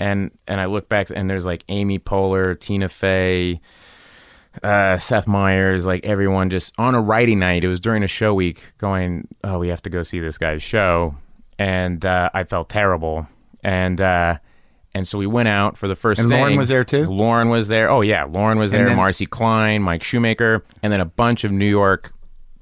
Speaker 3: and and I look back and there's like Amy Poehler, Tina Fey, uh, Seth Meyers, like everyone just on a writing night. It was during a show week. Going, oh, we have to go see this guy's show, and uh, I felt terrible. And uh, and so we went out for the first.
Speaker 1: And
Speaker 3: thing.
Speaker 1: Lauren was there too?
Speaker 3: Lauren was there. Oh yeah, Lauren was there.
Speaker 1: then-
Speaker 3: Marcy Klein, Mike Shoemaker, and then a bunch of New York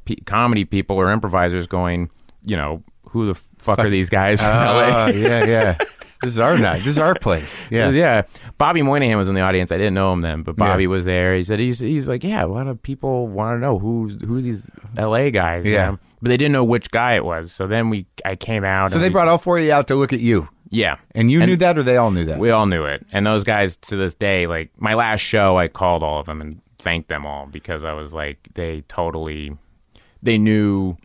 Speaker 3: pe comedy people or improvisers going. You know who the fuck, are these guys? from LA?
Speaker 1: Oh, yeah, yeah. This is our night. This is our place. Yeah.
Speaker 3: Uh, yeah. Bobby Moynihan was in the audience. I didn't know him then, but Bobby
Speaker 1: Yeah.
Speaker 3: was there. He said he's he's like, yeah, a lot of people want to know who who are these L.A. guys. you
Speaker 1: Yeah.
Speaker 3: know? but they didn't know which guy it was. So then we I came out.
Speaker 1: So they brought all four of you out to look at you.
Speaker 3: Yeah.
Speaker 1: And you
Speaker 3: And-
Speaker 1: knew that, or they all knew that.
Speaker 3: We all knew it. And those guys to this day, like my last show, I called all of them and thanked them all because I was like, they totally, they knew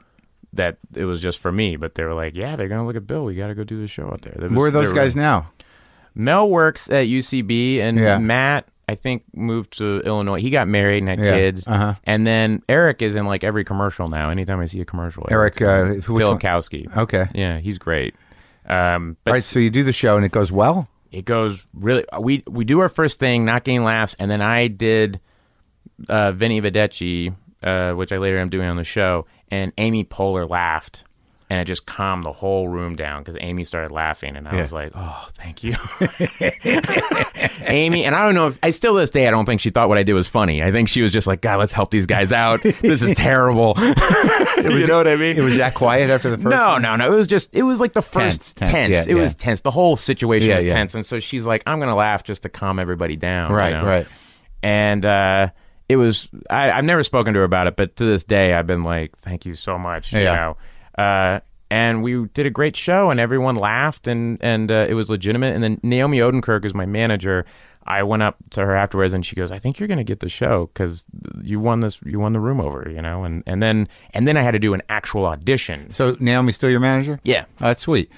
Speaker 3: that it was just for me, but they were like, yeah, they're going to look at Bill. We got to go do the show out there. There was-
Speaker 1: Where are those
Speaker 3: there
Speaker 1: guys
Speaker 3: were-
Speaker 1: now?
Speaker 3: Mel works at UCB and
Speaker 1: Yeah.
Speaker 3: Matt, I think, moved to Illinois. He got married and had kids.
Speaker 1: Uh-huh.
Speaker 3: And then Eric is in like every commercial now. Anytime I see a commercial,
Speaker 1: Eric, uh,
Speaker 3: Eric's
Speaker 1: which
Speaker 3: in it. Phil
Speaker 1: one?
Speaker 3: Kowski.
Speaker 1: Okay.
Speaker 3: Yeah, he's great. Um, but
Speaker 1: All right, so you do the show and it goes well.
Speaker 3: it goes really we we do our first thing not getting laughs and then i did uh vinny vedecci uh which i later am doing on the show and amy poehler laughed and it just calmed the whole room down because amy started laughing and i was like oh thank you amy and i don't know if i still to this day i don't think she thought what i did was funny i think she was just like god let's help these guys out this is terrible you know what i mean
Speaker 1: It was that quiet after the first.
Speaker 3: no, no, no. It was just, it was like the
Speaker 1: Tense,
Speaker 3: first tense.
Speaker 1: tense, yeah,
Speaker 3: it
Speaker 1: yeah.
Speaker 3: was tense. The whole situation
Speaker 1: Yeah,
Speaker 3: was
Speaker 1: yeah.
Speaker 3: tense. And so she's like, I'm going to laugh just to calm everybody down. you
Speaker 1: Right,
Speaker 3: know?
Speaker 1: right.
Speaker 3: And uh, it was, I, I've never spoken to her about it, but to this day, I've been like, thank you so much. You
Speaker 1: Yeah.
Speaker 3: know? Uh, and we did a great show, and everyone laughed, and and uh, it was legitimate. And then Naomi Odenkirk is my manager. I went up to her afterwards, and she goes, "I think you're going to get the show because you won this, you won the room over, you know." And and then and then I had to do an actual audition.
Speaker 1: So Naomi's still your manager?
Speaker 3: Yeah.
Speaker 1: Oh, that's sweet.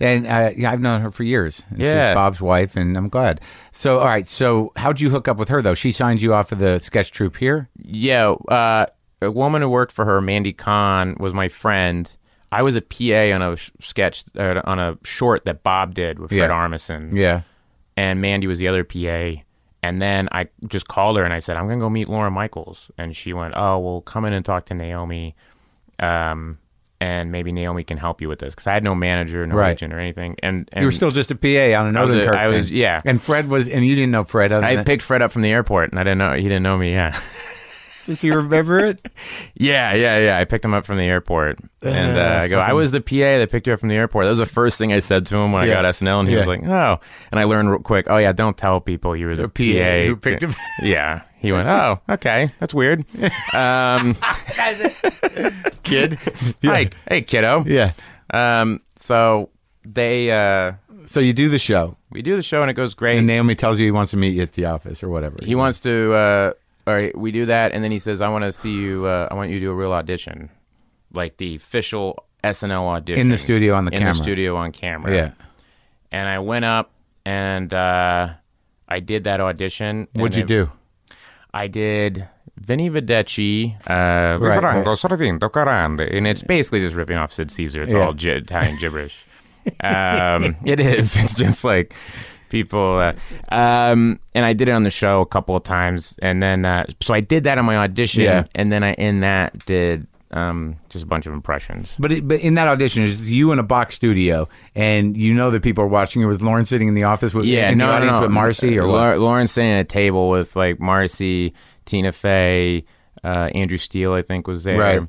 Speaker 1: And uh, yeah, I've known her for years. And
Speaker 3: Yeah.
Speaker 1: She's Bob's wife, and I'm glad. So, all right. So, how'd you hook up with her, though? She signed you off of the sketch troupe here?
Speaker 3: Yeah, uh, a woman who worked for her, Mandy Kahn, was my friend. I was a PA on a sh- sketch uh, on a short that Bob did with Fred
Speaker 1: Yeah.
Speaker 3: Armisen,
Speaker 1: Yeah.
Speaker 3: and Mandy was the other PA. And then I just called her and I said, "I'm gonna go meet Laura Michaels," and she went, "Oh, well, come in and talk to Naomi, um, and maybe Naomi can help you with this because I had no manager, no
Speaker 1: Right.
Speaker 3: agent, or anything." And, and
Speaker 1: You were still just a PA on an
Speaker 3: I was a-
Speaker 1: Odenkirk
Speaker 3: I was-
Speaker 1: thing.
Speaker 3: yeah.
Speaker 1: And Fred was, and you didn't know Fred. Other
Speaker 3: I
Speaker 1: than,
Speaker 3: picked Fred up from the airport, and I didn't know he didn't know me. Yeah.
Speaker 1: does he remember it?
Speaker 3: Yeah, yeah, yeah. I picked him up from the airport, and uh, I go, I was the PA that picked you up from the airport. That was the first thing I said to him when
Speaker 1: Yeah.
Speaker 3: I got SNL, and he was
Speaker 1: Yeah.
Speaker 3: like, "Oh," and I learned real quick. Oh yeah, don't tell people you were the PA,
Speaker 1: PA who picked him-
Speaker 3: Yeah, he went, "Oh, okay, that's weird." Um, kid, like, hey, kiddo.
Speaker 1: yeah.
Speaker 3: Um, so they uh,
Speaker 1: So, you do the show,
Speaker 3: we do the show, and it goes great.
Speaker 1: and Naomi tells you he wants to meet you at the office or whatever.
Speaker 3: He wants to. Uh, all right, we do that, and then he says, "I want to see you. Uh, I want you to do a real audition, like the official SNL audition
Speaker 1: In the studio on the
Speaker 3: in
Speaker 1: camera.
Speaker 3: the studio on camera."
Speaker 1: Yeah.
Speaker 3: And I went up and uh, I did that audition. and
Speaker 1: What'd you
Speaker 3: it-
Speaker 1: do?
Speaker 3: I did Vinny Vedecci. Uh,
Speaker 1: Right,
Speaker 3: "Rifarango, sorvendo, carande," and it's basically just ripping off Sid Caesar. It's all gi- Italian gibberish. um, it is. It's just like people. Uh, um, and I did it on the show a couple of times, and then uh, so I did that on my audition,
Speaker 1: Yeah.
Speaker 3: and then I in that did um, just a bunch of impressions.
Speaker 1: But it, but in that audition, it's you in a box studio, and you know that people are watching. It was Lauren sitting in the office with in the audience with Marcy or what?
Speaker 3: Lau- Lauren sitting at a table with like Marcy, Tina Fey, uh, Andrew Steele, I think was there.
Speaker 1: Right.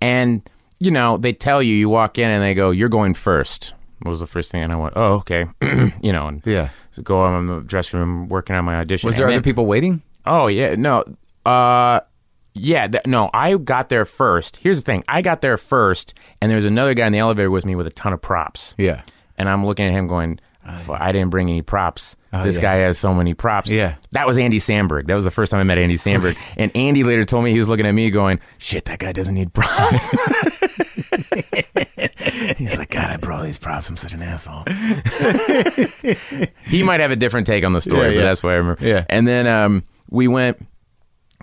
Speaker 3: And you know they tell you you walk in and they go you're going first. Was the first thing and I went oh okay you know and
Speaker 1: Yeah.
Speaker 3: so go on in the dressing room working on my audition.
Speaker 1: Was
Speaker 3: And
Speaker 1: there
Speaker 3: then-
Speaker 1: other people waiting?
Speaker 3: Oh yeah, no. Uh yeah, th- no, I got there first. Here's the thing. I got there first and there was another guy in the elevator with me with a ton of props.
Speaker 1: Yeah.
Speaker 3: And I'm looking at him going, "F- I didn't bring any props. this
Speaker 1: Oh, yeah.
Speaker 3: guy has so many props.
Speaker 1: Yeah.
Speaker 3: That was Andy Sandberg. That was the first time I met Andy Sandberg. and Andy later told me he was looking at me going, shit, that guy doesn't need props. He's like, God, I brought all these props. I'm such an asshole. he might have a different take on the story,
Speaker 1: Yeah, yeah.
Speaker 3: but that's what I remember.
Speaker 1: Yeah.
Speaker 3: And then um, we went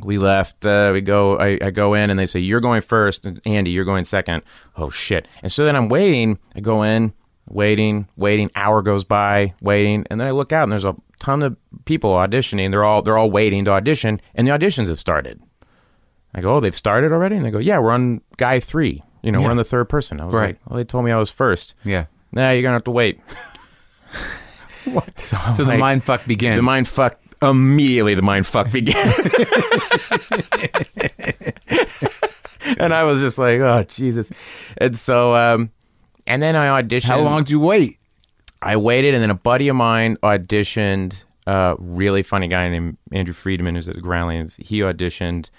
Speaker 3: we left. Uh, we go. I, I go in, and they say you're going first, and Andy, you're going second. Oh shit! And so then I'm waiting. I go in, waiting, waiting. Hour goes by, waiting, and then I look out, and there's a ton of people auditioning. They're all they're all waiting to audition, and the auditions have started. I go, oh, they've started already, and they go, yeah, we're on guy three. You know, we're on the third person. I was
Speaker 1: Right.
Speaker 3: like, well, they told me I was first.
Speaker 1: Yeah.
Speaker 3: Nah, you're gonna have to wait.
Speaker 1: So Oh the
Speaker 3: Like,
Speaker 1: mind fuck began.
Speaker 3: The mind fuck immediately. The mind fuck began. and I was just like, oh Jesus! And so, um, and then I auditioned.
Speaker 1: How long did you wait?
Speaker 3: I waited, and then a buddy of mine auditioned. A really funny guy named Andrew Friedman, who's at the Groundlings. He auditioned,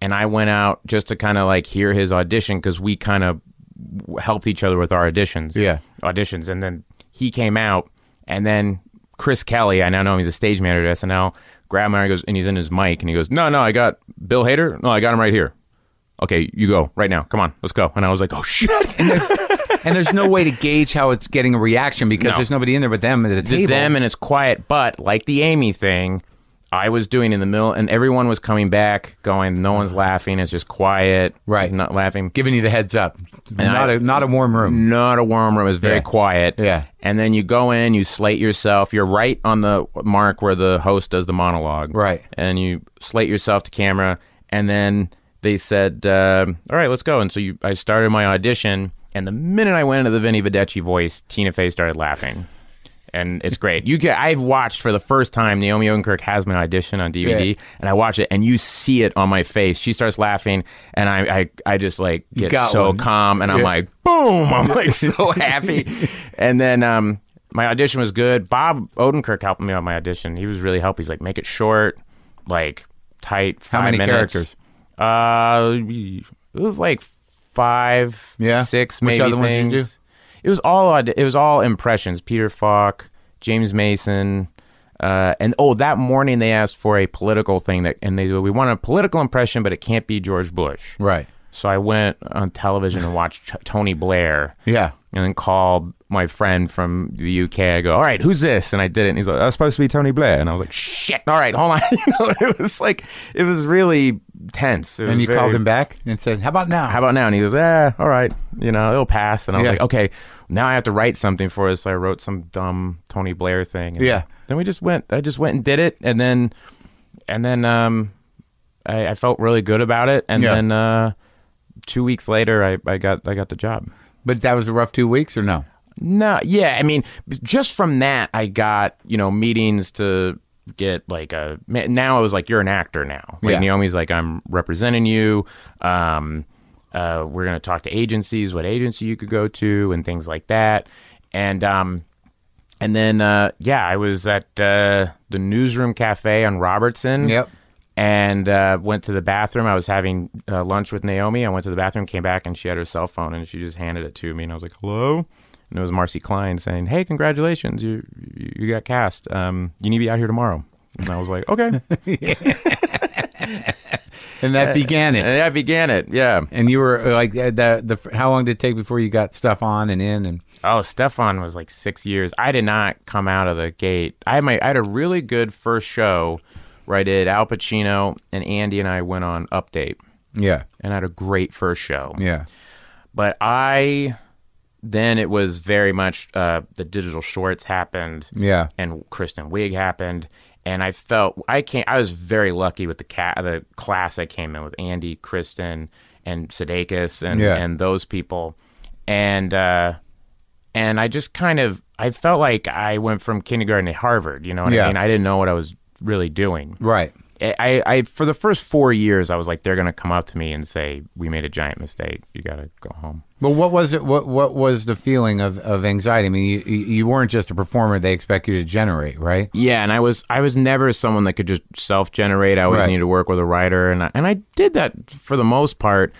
Speaker 3: and I went out just to kind of like hear his audition because we kind of helped each other with our auditions.
Speaker 1: Yeah.
Speaker 3: auditions, and then He came out, and then Chris Kelly, I now know him, he's a stage manager at SNL, grabbed him and, he goes, and he's in his mic, and he goes, No, no, I got Bill Hader. No, I got him right here. Okay, you go right now. Come on, let's go. And I was like, Oh, shit.
Speaker 1: and there's no way to gauge how it's getting a reaction because
Speaker 3: No.
Speaker 1: there's nobody in there but them at the
Speaker 3: It's
Speaker 1: table.
Speaker 3: them and it's quiet. But like the Amy thing, I was doing in the middle, and everyone was coming back, going, "No one's laughing. It's just quiet.
Speaker 1: Right.
Speaker 3: It's not laughing.
Speaker 1: giving you the heads up. not
Speaker 3: I-
Speaker 1: a not a warm room.
Speaker 3: Not a warm room. It's very
Speaker 1: Yeah.
Speaker 3: quiet.
Speaker 1: Yeah.
Speaker 3: And then you go in, you slate yourself. You're right on the mark where the host does the monologue.
Speaker 1: Right.
Speaker 3: And you slate yourself to camera, and then they said, um, "All right, let's go." And so you, I started my audition, and the minute I went into the Vinnie Vedeci voice, Tina Fey started laughing. And it's great. You can, I've watched for the first time. Naomi Odenkirk has my audition on DVD,
Speaker 1: Yeah.
Speaker 3: and I watch it, and you see it on my face. She starts laughing, and I, I, I just like get
Speaker 1: got
Speaker 3: so
Speaker 1: one.
Speaker 3: calm, and I'm like, boom! I'm like so happy. and then um, my audition was good. Bob Odenkirk helped me on my audition. He was really helpful. He's like, make it short, like tight. Five
Speaker 1: many
Speaker 3: minutes.
Speaker 1: characters?
Speaker 3: Uh, it was like five,
Speaker 1: Yeah?
Speaker 3: six,
Speaker 1: Which
Speaker 3: maybe
Speaker 1: other ones did you
Speaker 3: things.
Speaker 1: do?
Speaker 3: It was all aud- it was all impressions. Peter Falk, James Mason, uh, and oh, that morning they asked for a political thing that, and they we want a political impression, but it can't be George Bush.
Speaker 1: Right.
Speaker 3: So I went on television and watched Ch- Tony Blair.
Speaker 1: Yeah.
Speaker 3: And then called my friend from the UK. I go, all right, who's this? And I did it. And he's like, that's supposed to be Tony Blair. And I was like, shit, all right, hold on. you know, it was like, it was really tense. It was
Speaker 1: And you
Speaker 3: very-
Speaker 1: called him back and said, "How about now?"
Speaker 3: How about now? And he goes, eh, all right, you know, it'll pass. And I was
Speaker 1: Yeah.
Speaker 3: like, okay, now I have to write something for this. So I wrote some dumb Tony Blair thing. And
Speaker 1: Yeah.
Speaker 3: Then we just went, I just went and did it. And then, and then, um, I, I felt really good about it. And
Speaker 1: Yeah.
Speaker 3: then, uh, two weeks later, I, I got, I got the job.
Speaker 1: but that was a rough two weeks, or no?
Speaker 3: No, yeah, I mean, just from that, I got you know meetings to get like a. ma- Now I was like, you're an actor now. Like
Speaker 1: Yeah.
Speaker 3: Naomi's like, I'm representing you. Um, uh, we're gonna talk to agencies, what agency you could go to, and things like that. And um, and then uh, yeah, I was at uh, the Newsroom Cafe on Robertson.
Speaker 1: Yep.
Speaker 3: And uh, went to the bathroom. I was having uh, lunch with Naomi. I went to the bathroom, came back, and she had her cell phone, and she just handed it to me. And I was like, "Hello," and it was Marcy Klein saying, "Hey, congratulations, you you you got cast. Um, you need to be out here tomorrow." And I was like, "Okay,"
Speaker 1: And that began it.
Speaker 3: and I began it. Yeah.
Speaker 1: And you were uh, like, uh, the, the how long did it take before you got stuff on and in? And
Speaker 3: Oh, Stefan was like six years. I did not come out of the gate. I had my I had a really good first show where I did Al Pacino and Andy and I went on Update
Speaker 1: yeah,
Speaker 3: and I had a great first show.
Speaker 1: yeah,
Speaker 3: But I then it was very much uh, the digital shorts happened
Speaker 1: yeah,
Speaker 3: and Kristen Wiig happened, and I felt I came. I was very lucky with the cat, the class I came in with Andy, Kristen, and Sudeikis, and
Speaker 1: Yeah.
Speaker 3: and those people, and uh, and I just kind of I felt like I went from kindergarten to Harvard. You know what
Speaker 1: Yeah.
Speaker 3: I mean? I didn't know what I was really doing.
Speaker 1: right.
Speaker 3: I, I for the first four years, I was like, they're gonna come up to me and say, "We made a giant mistake. You gotta go home."
Speaker 1: Well, what was it? What what was the feeling of, of anxiety? I mean, you, you weren't just a performer; they expect you to generate, right?
Speaker 3: Yeah, and I was I was never someone that could just self generate. I always
Speaker 1: Right.
Speaker 3: needed to work with a writer, and I, and I did that for the most part.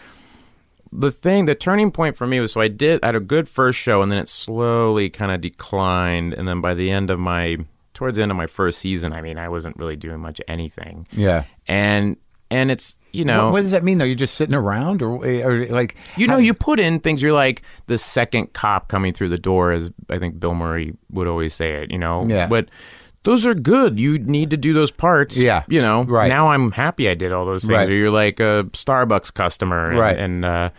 Speaker 3: The thing, the turning point for me was so I did I had a good first show, and then it slowly kind of declined, and then by the end of my towards the end of my first season, I mean, I wasn't really doing much of anything,
Speaker 1: Yeah.
Speaker 3: and and it's you know
Speaker 1: What, what does that mean, though? You're just sitting around, or, eh, or like
Speaker 3: you know, you put in things. You're like the second cop coming through the door, as I think Bill Murray would always say it. You know,
Speaker 1: Yeah.
Speaker 3: But those are good. You need to do those parts.
Speaker 1: Yeah.
Speaker 3: You know,
Speaker 1: Right.
Speaker 3: Now I'm happy I did all those things.
Speaker 1: Right.
Speaker 3: Or you're like a Starbucks customer, and,
Speaker 1: Right.
Speaker 3: And uh,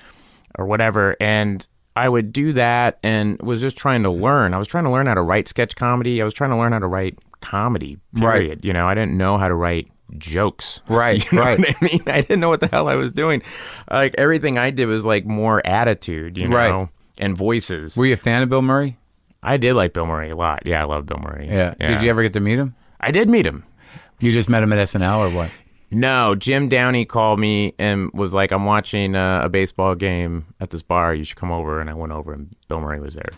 Speaker 3: or whatever. And I would do that, and was just trying to learn. I was trying to learn how to write sketch comedy. I was trying to learn how to write comedy.
Speaker 1: Right.
Speaker 3: Period. You know, I didn't know how to write jokes.
Speaker 1: Right,
Speaker 3: You know
Speaker 1: right.
Speaker 3: what I mean, I didn't know what the hell I was doing. Like everything I did was like more attitude, you know,
Speaker 1: Right.
Speaker 3: and voices.
Speaker 1: Were you a fan of Bill Murray?
Speaker 3: I did like Bill Murray a lot. Yeah, I love Bill Murray.
Speaker 1: Did you ever get to meet him?
Speaker 3: I did meet him.
Speaker 1: You just met him at SNL, or what?
Speaker 3: No, Jim Downey called me and was like, "I'm watching uh, a baseball game at this bar. You should come over." And I went over, and Bill Murray was there.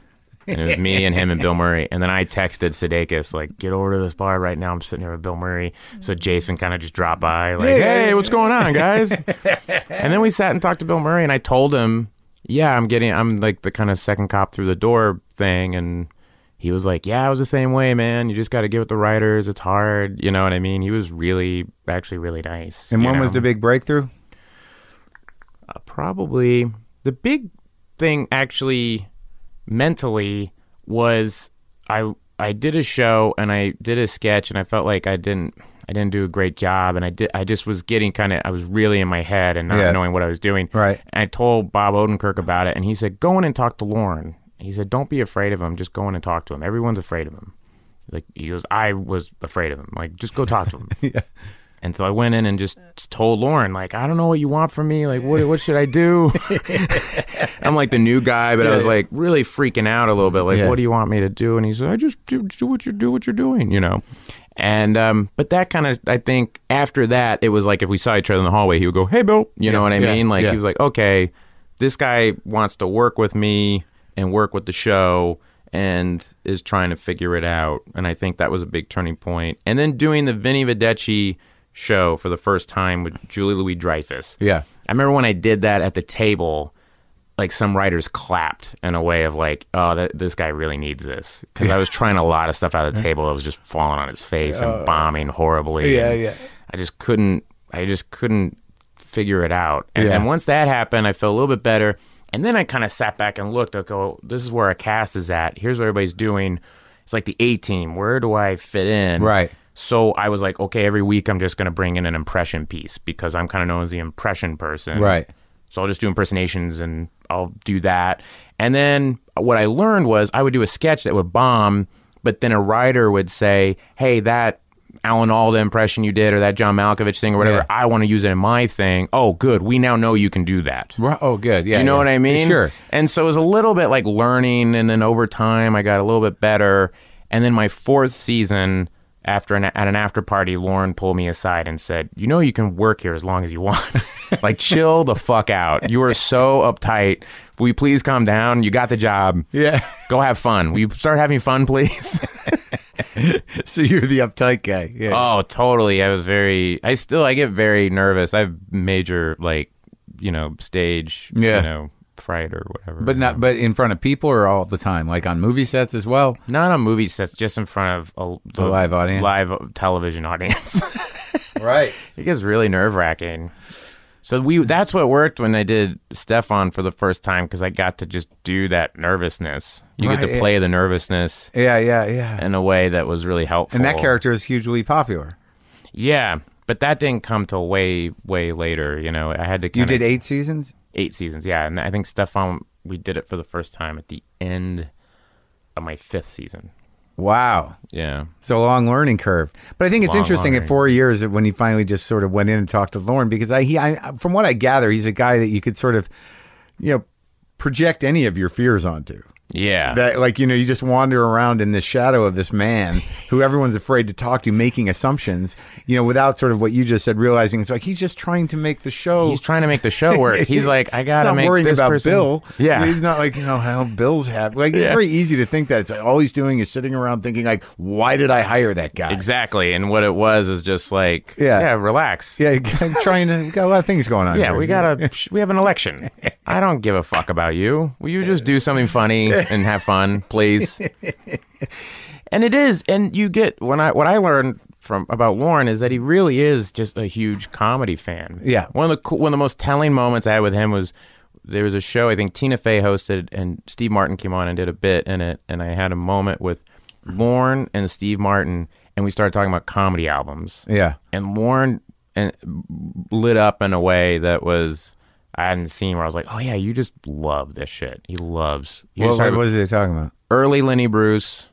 Speaker 3: And it was me and him and Bill Murray. And then I texted Sudeikis like, "Get over to this bar right now. I'm sitting here with Bill Murray." So Jason kind of just dropped by, like, "Hey, what's going on, guys?" and then we sat and talked to Bill Murray, and I told him, "Yeah, I'm getting, I'm like the kind of second cop through the door thing." And he was like, "Yeah, I was the same way, man. You just got to get with the writers. It's hard, you know what I mean." He was really, actually, really nice.
Speaker 1: And
Speaker 3: you
Speaker 1: when was
Speaker 3: know?
Speaker 1: the big breakthrough?
Speaker 3: Uh, probably the big thing, actually, mentally was I I did a show and I did a sketch and I felt like I didn't I didn't do a great job and I did I just was getting kind of I was really in my head and not
Speaker 1: Yeah.
Speaker 3: knowing what I was doing.
Speaker 1: Right.
Speaker 3: And I told Bob Odenkirk about it and he said, "Go in and talk to Lauren." He said, "Don't be afraid of him. Just go in and talk to him. Everyone's afraid of him." Like he goes, "I was afraid of him. Like just go talk to him." And so I went in and just told Lauren, like, I don't know what you want from me. Like, what, what should I do? I'm like the new guy, but I was like really freaking out a little bit. Like,
Speaker 1: Yeah.
Speaker 3: what do you want me to do? And he said, I just do, do what you do, what you're doing, you know. And um, but that kind of, I think after that, it was like if we saw each other in the hallway, he would go, Hey, Bill, you know what I
Speaker 1: yeah,
Speaker 3: mean? Like
Speaker 1: yeah.
Speaker 3: he was like, Okay, this guy wants to work with me and work with the show and is trying to figure it out. And I think that was a big turning point. And then doing the Vinnie Vedeci show for the first time with Julie Louis Dreyfus.
Speaker 1: Yeah.
Speaker 3: I remember when I did that at the table, like some writers clapped in a way of like, oh, th- this guy really needs this. Because I was trying a lot of stuff out of the table that was just falling on his face and bombing horribly.
Speaker 1: Oh. Yeah,
Speaker 3: and
Speaker 1: yeah.
Speaker 3: I just couldn't, I just couldn't figure it out. And
Speaker 1: Yeah.
Speaker 3: then once that happened, I felt a little bit better. And then I kind of sat back and looked. I go, this is where our cast is at. Here's what everybody's doing. It's like the A team. Where do I fit in?
Speaker 1: Right.
Speaker 3: So I was like, okay, every week I'm just going to bring in an impression piece because I'm kind of known as the impression person.
Speaker 1: Right.
Speaker 3: So I'll just do impersonations and I'll do that. And then what I learned was I would do a sketch that would bomb, but then a writer would say, hey, that Alan Alda impression you did or that John Malkovich thing or whatever,
Speaker 1: Yeah.
Speaker 3: I want to use it in my thing. Oh, good. We now know you can do that.
Speaker 1: Ri- Oh, good. Yeah.
Speaker 3: You know
Speaker 1: yeah.
Speaker 3: what I mean?
Speaker 1: Sure.
Speaker 3: And so it was a little bit like learning, and then over time I got a little bit better. And then my fourth season, after an, at an after party, Lauren pulled me aside and said, "You know, you can work here as long as you want. like, chill the fuck out. You are so uptight. Will you please calm down? You got the job.
Speaker 1: Yeah.
Speaker 3: Go have fun. Will you start having fun, please?"
Speaker 1: so you're the uptight guy. Yeah.
Speaker 3: Oh, totally. I was very. I still. I get very nervous. I have major like, you know, stage.
Speaker 1: Yeah.
Speaker 3: You know, fright or whatever.
Speaker 1: but
Speaker 3: you
Speaker 1: not.
Speaker 3: know.
Speaker 1: But in front of people or all the time, like on movie sets as well.
Speaker 3: Not on movie sets, just in front of a,
Speaker 1: A live audience?
Speaker 3: live television audience.
Speaker 1: Right.
Speaker 3: it gets really nerve wracking. So we that's what worked when I did Stefan for the first time because I got to just do that nervousness. You get
Speaker 1: Right.
Speaker 3: to play the nervousness
Speaker 1: Yeah. Yeah. Yeah.
Speaker 3: in a way that was really helpful.
Speaker 1: And that character is hugely popular.
Speaker 3: yeah. But that didn't come till way, way later. You know, I had to.
Speaker 1: You
Speaker 3: kinda-
Speaker 1: did eight seasons.
Speaker 3: eight seasons, yeah. And I think Stefan, we did it for the first time at the end of my fifth season.
Speaker 1: Wow.
Speaker 3: Yeah,
Speaker 1: So long learning curve. But I think it's
Speaker 3: Long
Speaker 1: interesting at
Speaker 3: learning.
Speaker 1: four years that when he finally just sort of went in and talked to Lauren because I, he, I, from what I gather, he's a guy that you could sort of, you know, project any of your fears onto.
Speaker 3: yeah.
Speaker 1: That like you know you just wander around in the shadow of this man who everyone's afraid to talk to, making assumptions. You know, without sort of what you just said, realizing it's like he's just trying to make the show.
Speaker 3: He's trying to make the show work. He's like, I
Speaker 1: He's
Speaker 3: gotta
Speaker 1: not
Speaker 3: make
Speaker 1: worrying
Speaker 3: this
Speaker 1: about
Speaker 3: person-
Speaker 1: Bill.
Speaker 3: Yeah,
Speaker 1: he's not like you know how Bill's happy. Like it's very easy to think that it's like all he's doing is sitting around thinking like, why did I hire that guy?
Speaker 3: exactly. And what it was is just like,
Speaker 1: Yeah.
Speaker 3: yeah, relax.
Speaker 1: Yeah, I'm trying to. we Got a lot of things going on.
Speaker 3: Yeah,
Speaker 1: here.
Speaker 3: we gotta. sh- We have an election. I don't give a fuck about you. Will you just do something funny and have fun, please? And it is, and you get when I what I learned from about Warren is that he really is just a huge comedy fan.
Speaker 1: Yeah.
Speaker 3: one of the cool, one of the most telling moments I had with him was there was a show I think Tina Fey hosted, and Steve Martin came on and did a bit in it, and I had a moment with Warren and Steve Martin, and we started talking about comedy albums
Speaker 1: Yeah,
Speaker 3: and Warren and lit up in a way that was I hadn't seen where I was like, oh yeah, you just love this shit. He loves. He
Speaker 1: what,
Speaker 3: just
Speaker 1: what
Speaker 3: started
Speaker 1: was he talking about?
Speaker 3: early Lenny Bruce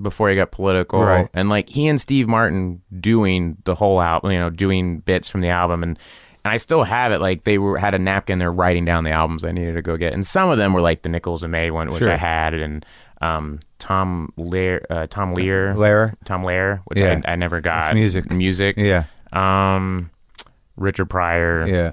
Speaker 3: before he got political,
Speaker 1: Right.
Speaker 3: and like he and Steve Martin doing the whole album, you know, doing bits from the album, and and I still have it. Like they were had a napkin, they're writing down the albums I needed to go get, and some of them were like the Nichols and May one, which I had, and um Tom Lear, uh, Tom Lear,
Speaker 1: Lara.
Speaker 3: Tom Lair, which
Speaker 1: Yeah.
Speaker 3: I, I never got.
Speaker 1: music.
Speaker 3: music,
Speaker 1: Yeah,
Speaker 3: um, Richard Pryor.
Speaker 1: yeah,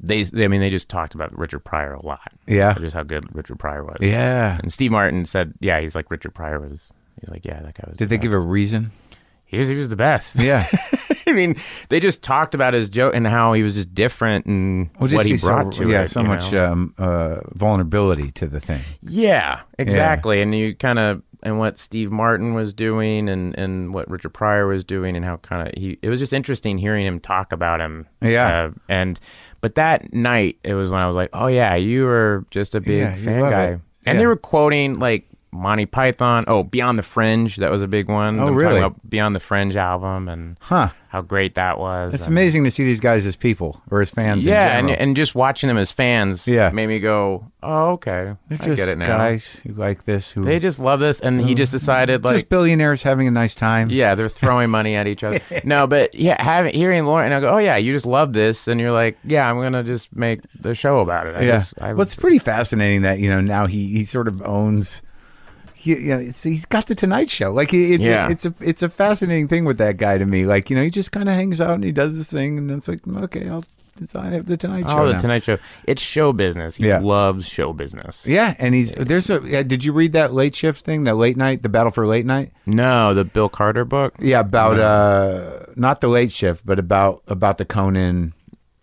Speaker 3: They, they, I mean, they just talked about Richard Pryor a lot.
Speaker 1: Yeah.
Speaker 3: just how good Richard Pryor was.
Speaker 1: yeah.
Speaker 3: And Steve Martin said, "Yeah, he's like Richard Pryor was." He's like, "Yeah, that guy was."
Speaker 1: Did they give a reason?
Speaker 3: He was, he was the best.
Speaker 1: Yeah.
Speaker 3: I mean, they just talked about his joke and how he was just different and
Speaker 1: just
Speaker 3: what he
Speaker 1: see
Speaker 3: brought
Speaker 1: so,
Speaker 3: to
Speaker 1: yeah,
Speaker 3: it.
Speaker 1: so
Speaker 3: you
Speaker 1: much
Speaker 3: know?
Speaker 1: um, uh, vulnerability to the thing.
Speaker 3: Yeah, exactly. And you kind of and what Steve Martin was doing and and what Richard Pryor was doing and how kind of he it was just interesting hearing him talk about him. Uh,
Speaker 1: Yeah.
Speaker 3: and but that night it was when I was like, "Oh yeah, you were just a big
Speaker 1: Yeah, you
Speaker 3: fan
Speaker 1: love
Speaker 3: guy."
Speaker 1: it.
Speaker 3: And
Speaker 1: Yeah.
Speaker 3: they were quoting like Monty Python, oh Beyond the Fringe, that was a big one.
Speaker 1: Oh,
Speaker 3: I'm talking
Speaker 1: really?
Speaker 3: about Beyond the Fringe album and
Speaker 1: Huh.
Speaker 3: how great that was.
Speaker 1: It's
Speaker 3: and-
Speaker 1: amazing to see these guys as people or as fans.
Speaker 3: Um, yeah,
Speaker 1: in
Speaker 3: and,
Speaker 1: general.
Speaker 3: and just watching them as fans
Speaker 1: Yeah.
Speaker 3: made me go, oh, okay.
Speaker 1: they're
Speaker 3: I
Speaker 1: just
Speaker 3: get it now.
Speaker 1: guys who like this who
Speaker 3: They just love this. And he just decided, like,
Speaker 1: just billionaires having a nice time.
Speaker 3: yeah, they're throwing money at each other. No, but yeah, having, hearing Lauren, and I go, oh, yeah, you just love this. And you're like, yeah, I'm going to just make the show about it. I
Speaker 1: yeah.
Speaker 3: Just, I,
Speaker 1: well, it's pretty fascinating that you know now he he sort of owns. He, you know, it's, he's got the Tonight Show. Like he- it's
Speaker 3: Yeah.
Speaker 1: a, it's a it's a fascinating thing with that guy to me. Like you know, he just kind of hangs out and he does this thing, and it's like okay, I'll it's, I have the Tonight Show.
Speaker 3: oh, the
Speaker 1: now.
Speaker 3: Tonight Show. It's show business. He
Speaker 1: Yeah.
Speaker 3: loves show business.
Speaker 1: yeah, and he's there's a. Yeah, did you read that late shift thing? That late night, the battle for late night.
Speaker 3: No, the Bill Carter book.
Speaker 1: Yeah, about uh not the late shift, but about about the Conan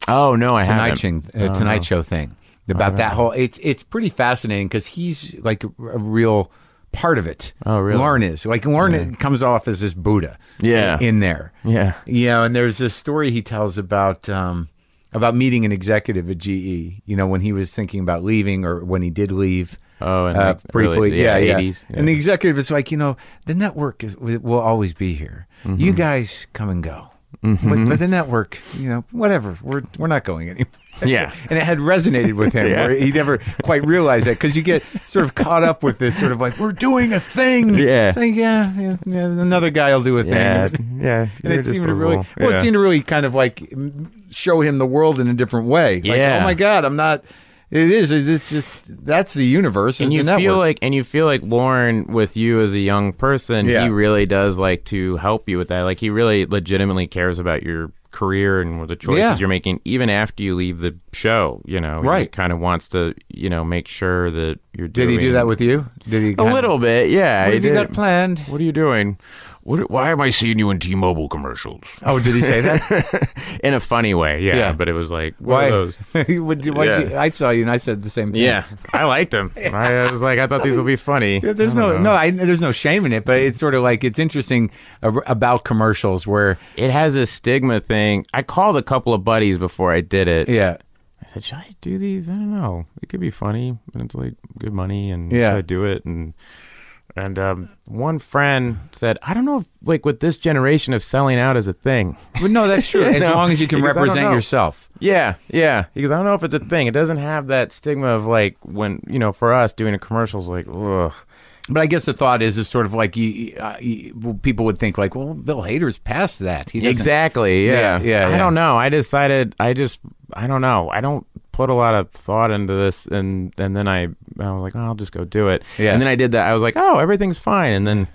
Speaker 3: Oh, no, I
Speaker 1: Tonight,
Speaker 3: haven't.
Speaker 1: Ching, uh,
Speaker 3: Uh-huh.
Speaker 1: Tonight Show thing about that whole. It's it's pretty fascinating because he's like a, a real part of it.
Speaker 3: Oh, really?
Speaker 1: Lauren is like Lauren comes off as this Buddha.
Speaker 3: Yeah.
Speaker 1: in there.
Speaker 3: Yeah.
Speaker 1: You know, and there's this story he tells about um, about meeting an executive at GE. You know, when he was thinking about leaving or when he did leave.
Speaker 3: Oh, in,
Speaker 1: uh,
Speaker 3: like,
Speaker 1: briefly,
Speaker 3: early-
Speaker 1: yeah,
Speaker 3: yeah,
Speaker 1: yeah.
Speaker 3: 80s, yeah.
Speaker 1: And the executive is like, you know, the network is will always be here.
Speaker 3: Mm-hmm.
Speaker 1: You guys come and go, but, but the network, you know, whatever. We're we're not going anywhere
Speaker 3: Yeah.
Speaker 1: and it had resonated with him. where he never quite realized that because you get sort of caught up with this sort of like we're doing a thing.
Speaker 3: Yeah.
Speaker 1: It's like, yeah, yeah, yeah, another guy will do a thing.
Speaker 3: Yeah. yeah.
Speaker 1: And
Speaker 3: You're
Speaker 1: it
Speaker 3: just
Speaker 1: seemed
Speaker 3: a
Speaker 1: to really,
Speaker 3: fool.
Speaker 1: well,
Speaker 3: Yeah.
Speaker 1: it seemed to really kind of like m- show him the world in a different way. Like,
Speaker 3: Yeah.
Speaker 1: oh my God, I'm not. It is. It's just that's the universe. is
Speaker 3: and you
Speaker 1: the
Speaker 3: feel
Speaker 1: network.
Speaker 3: like and you feel like Lauren with you as a young person
Speaker 1: Yeah.
Speaker 3: he really does like to help you with that like he really legitimately cares about your career and the choices
Speaker 1: Yeah.
Speaker 3: you're making even after you leave the show you know he
Speaker 1: Right.
Speaker 3: kind of wants to you know make sure that you're doing
Speaker 1: Did he do that with you? Did he?
Speaker 3: a little bit yeah
Speaker 1: What
Speaker 3: he
Speaker 1: have you
Speaker 3: did.
Speaker 1: got planned?
Speaker 3: what are you doing
Speaker 4: What, why am I seeing you in T-Mobile commercials?
Speaker 1: Oh, did he say that?
Speaker 3: in a funny way yeah,
Speaker 1: Yeah.
Speaker 3: but it was like what
Speaker 1: Why?
Speaker 3: are those
Speaker 1: Would you- why'd you-
Speaker 3: Yeah.
Speaker 1: I saw you and I said the same thing.
Speaker 3: yeah I liked them I, I was like I thought these would be funny
Speaker 1: Yeah, There's no no, I, there's no shame in it, but it's sort of like it's interesting ar- about commercials where
Speaker 3: it has a stigma thing I called a couple of buddies before I did it
Speaker 1: yeah,
Speaker 3: I said, should I do these? I don't know. It could be funny, and it's like good money, and
Speaker 1: Yeah.
Speaker 3: should I do it? And and um, one friend said, I don't know, if, like with this generation of selling out is a thing.
Speaker 1: but no, that's true. As
Speaker 3: No,
Speaker 1: long as you can
Speaker 3: because I don't
Speaker 1: represent
Speaker 3: know.
Speaker 1: yourself,
Speaker 3: Yeah, yeah. Because I don't know if it's a thing. It doesn't have that stigma of like when you know, for us doing a commercial is like, ugh.
Speaker 1: but I guess the thought is is sort of like you, uh, you well, people would think like, well, Bill Hader's past that. He doesn't-
Speaker 3: Exactly. Yeah.
Speaker 1: Yeah, yeah,
Speaker 3: I
Speaker 1: yeah.
Speaker 3: don't know. I decided. I just. I don't know. I don't put a lot of thought into this, and and then I I was like, oh, I'll just go do it.
Speaker 1: Yeah.
Speaker 3: And then I did that. I was like, oh, everything's fine. And then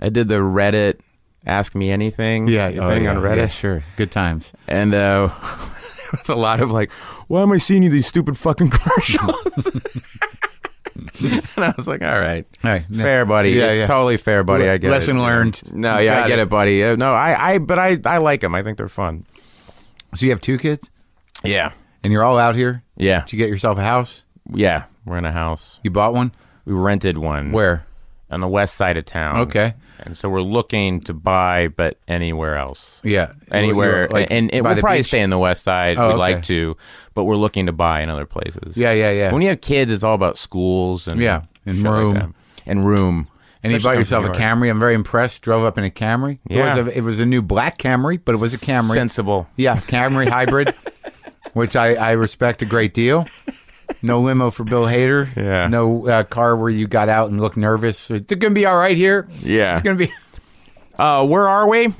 Speaker 3: I did the Reddit ask me anything.
Speaker 1: Yeah,
Speaker 3: thing
Speaker 1: oh, yeah,
Speaker 3: on Reddit.
Speaker 1: yeah, sure, good times.
Speaker 3: And uh, it's a lot of like, why am I seeing you these stupid fucking commercials? and I was like, all right.
Speaker 1: All right, no.
Speaker 3: Fair, buddy.
Speaker 1: Yeah,
Speaker 3: it's
Speaker 1: yeah.
Speaker 3: totally fair, buddy. I get
Speaker 1: Lesson
Speaker 3: it.
Speaker 1: learned.
Speaker 3: No, yeah,
Speaker 1: Got
Speaker 3: I get it, buddy. Uh, no, I, I, but I, I like them. I think they're fun.
Speaker 1: So you have two kids,
Speaker 3: Yeah.
Speaker 1: and you're all out here.
Speaker 3: Yeah.
Speaker 1: Did you get yourself a house?
Speaker 3: Yeah. We're in a house.
Speaker 1: You bought one?
Speaker 3: We rented one.
Speaker 1: Where?
Speaker 3: On the west side of town.
Speaker 1: Okay,
Speaker 3: And so we're looking to buy, but anywhere else.
Speaker 1: yeah,
Speaker 3: Anywhere.
Speaker 1: You were, like,
Speaker 3: and and
Speaker 1: by
Speaker 3: we'll
Speaker 1: the
Speaker 3: probably
Speaker 1: beach?
Speaker 3: stay in the west side.
Speaker 1: Oh,
Speaker 3: We'd
Speaker 1: okay.
Speaker 3: like to, but we're looking to buy in other places.
Speaker 1: Yeah, yeah, yeah.
Speaker 3: When you have kids, it's all about schools and
Speaker 1: Yeah, and
Speaker 3: shit like
Speaker 1: room.
Speaker 3: that. and room.
Speaker 1: And
Speaker 3: Especially
Speaker 1: you
Speaker 3: coming
Speaker 1: bought
Speaker 3: from
Speaker 1: yourself a
Speaker 3: New York.
Speaker 1: Camry. I'm very impressed. Drove up in a Camry.
Speaker 3: Yeah.
Speaker 1: It was a, it was a new black Camry, but it was a Camry.
Speaker 3: Sensible.
Speaker 1: yeah, Camry hybrid, which I, I respect a great deal. No limo for Bill Hader.
Speaker 3: Yeah.
Speaker 1: No uh, car where you got out and looked nervous. It's going to be all right here.
Speaker 3: Yeah.
Speaker 1: It's going to be.
Speaker 3: Uh, where are we?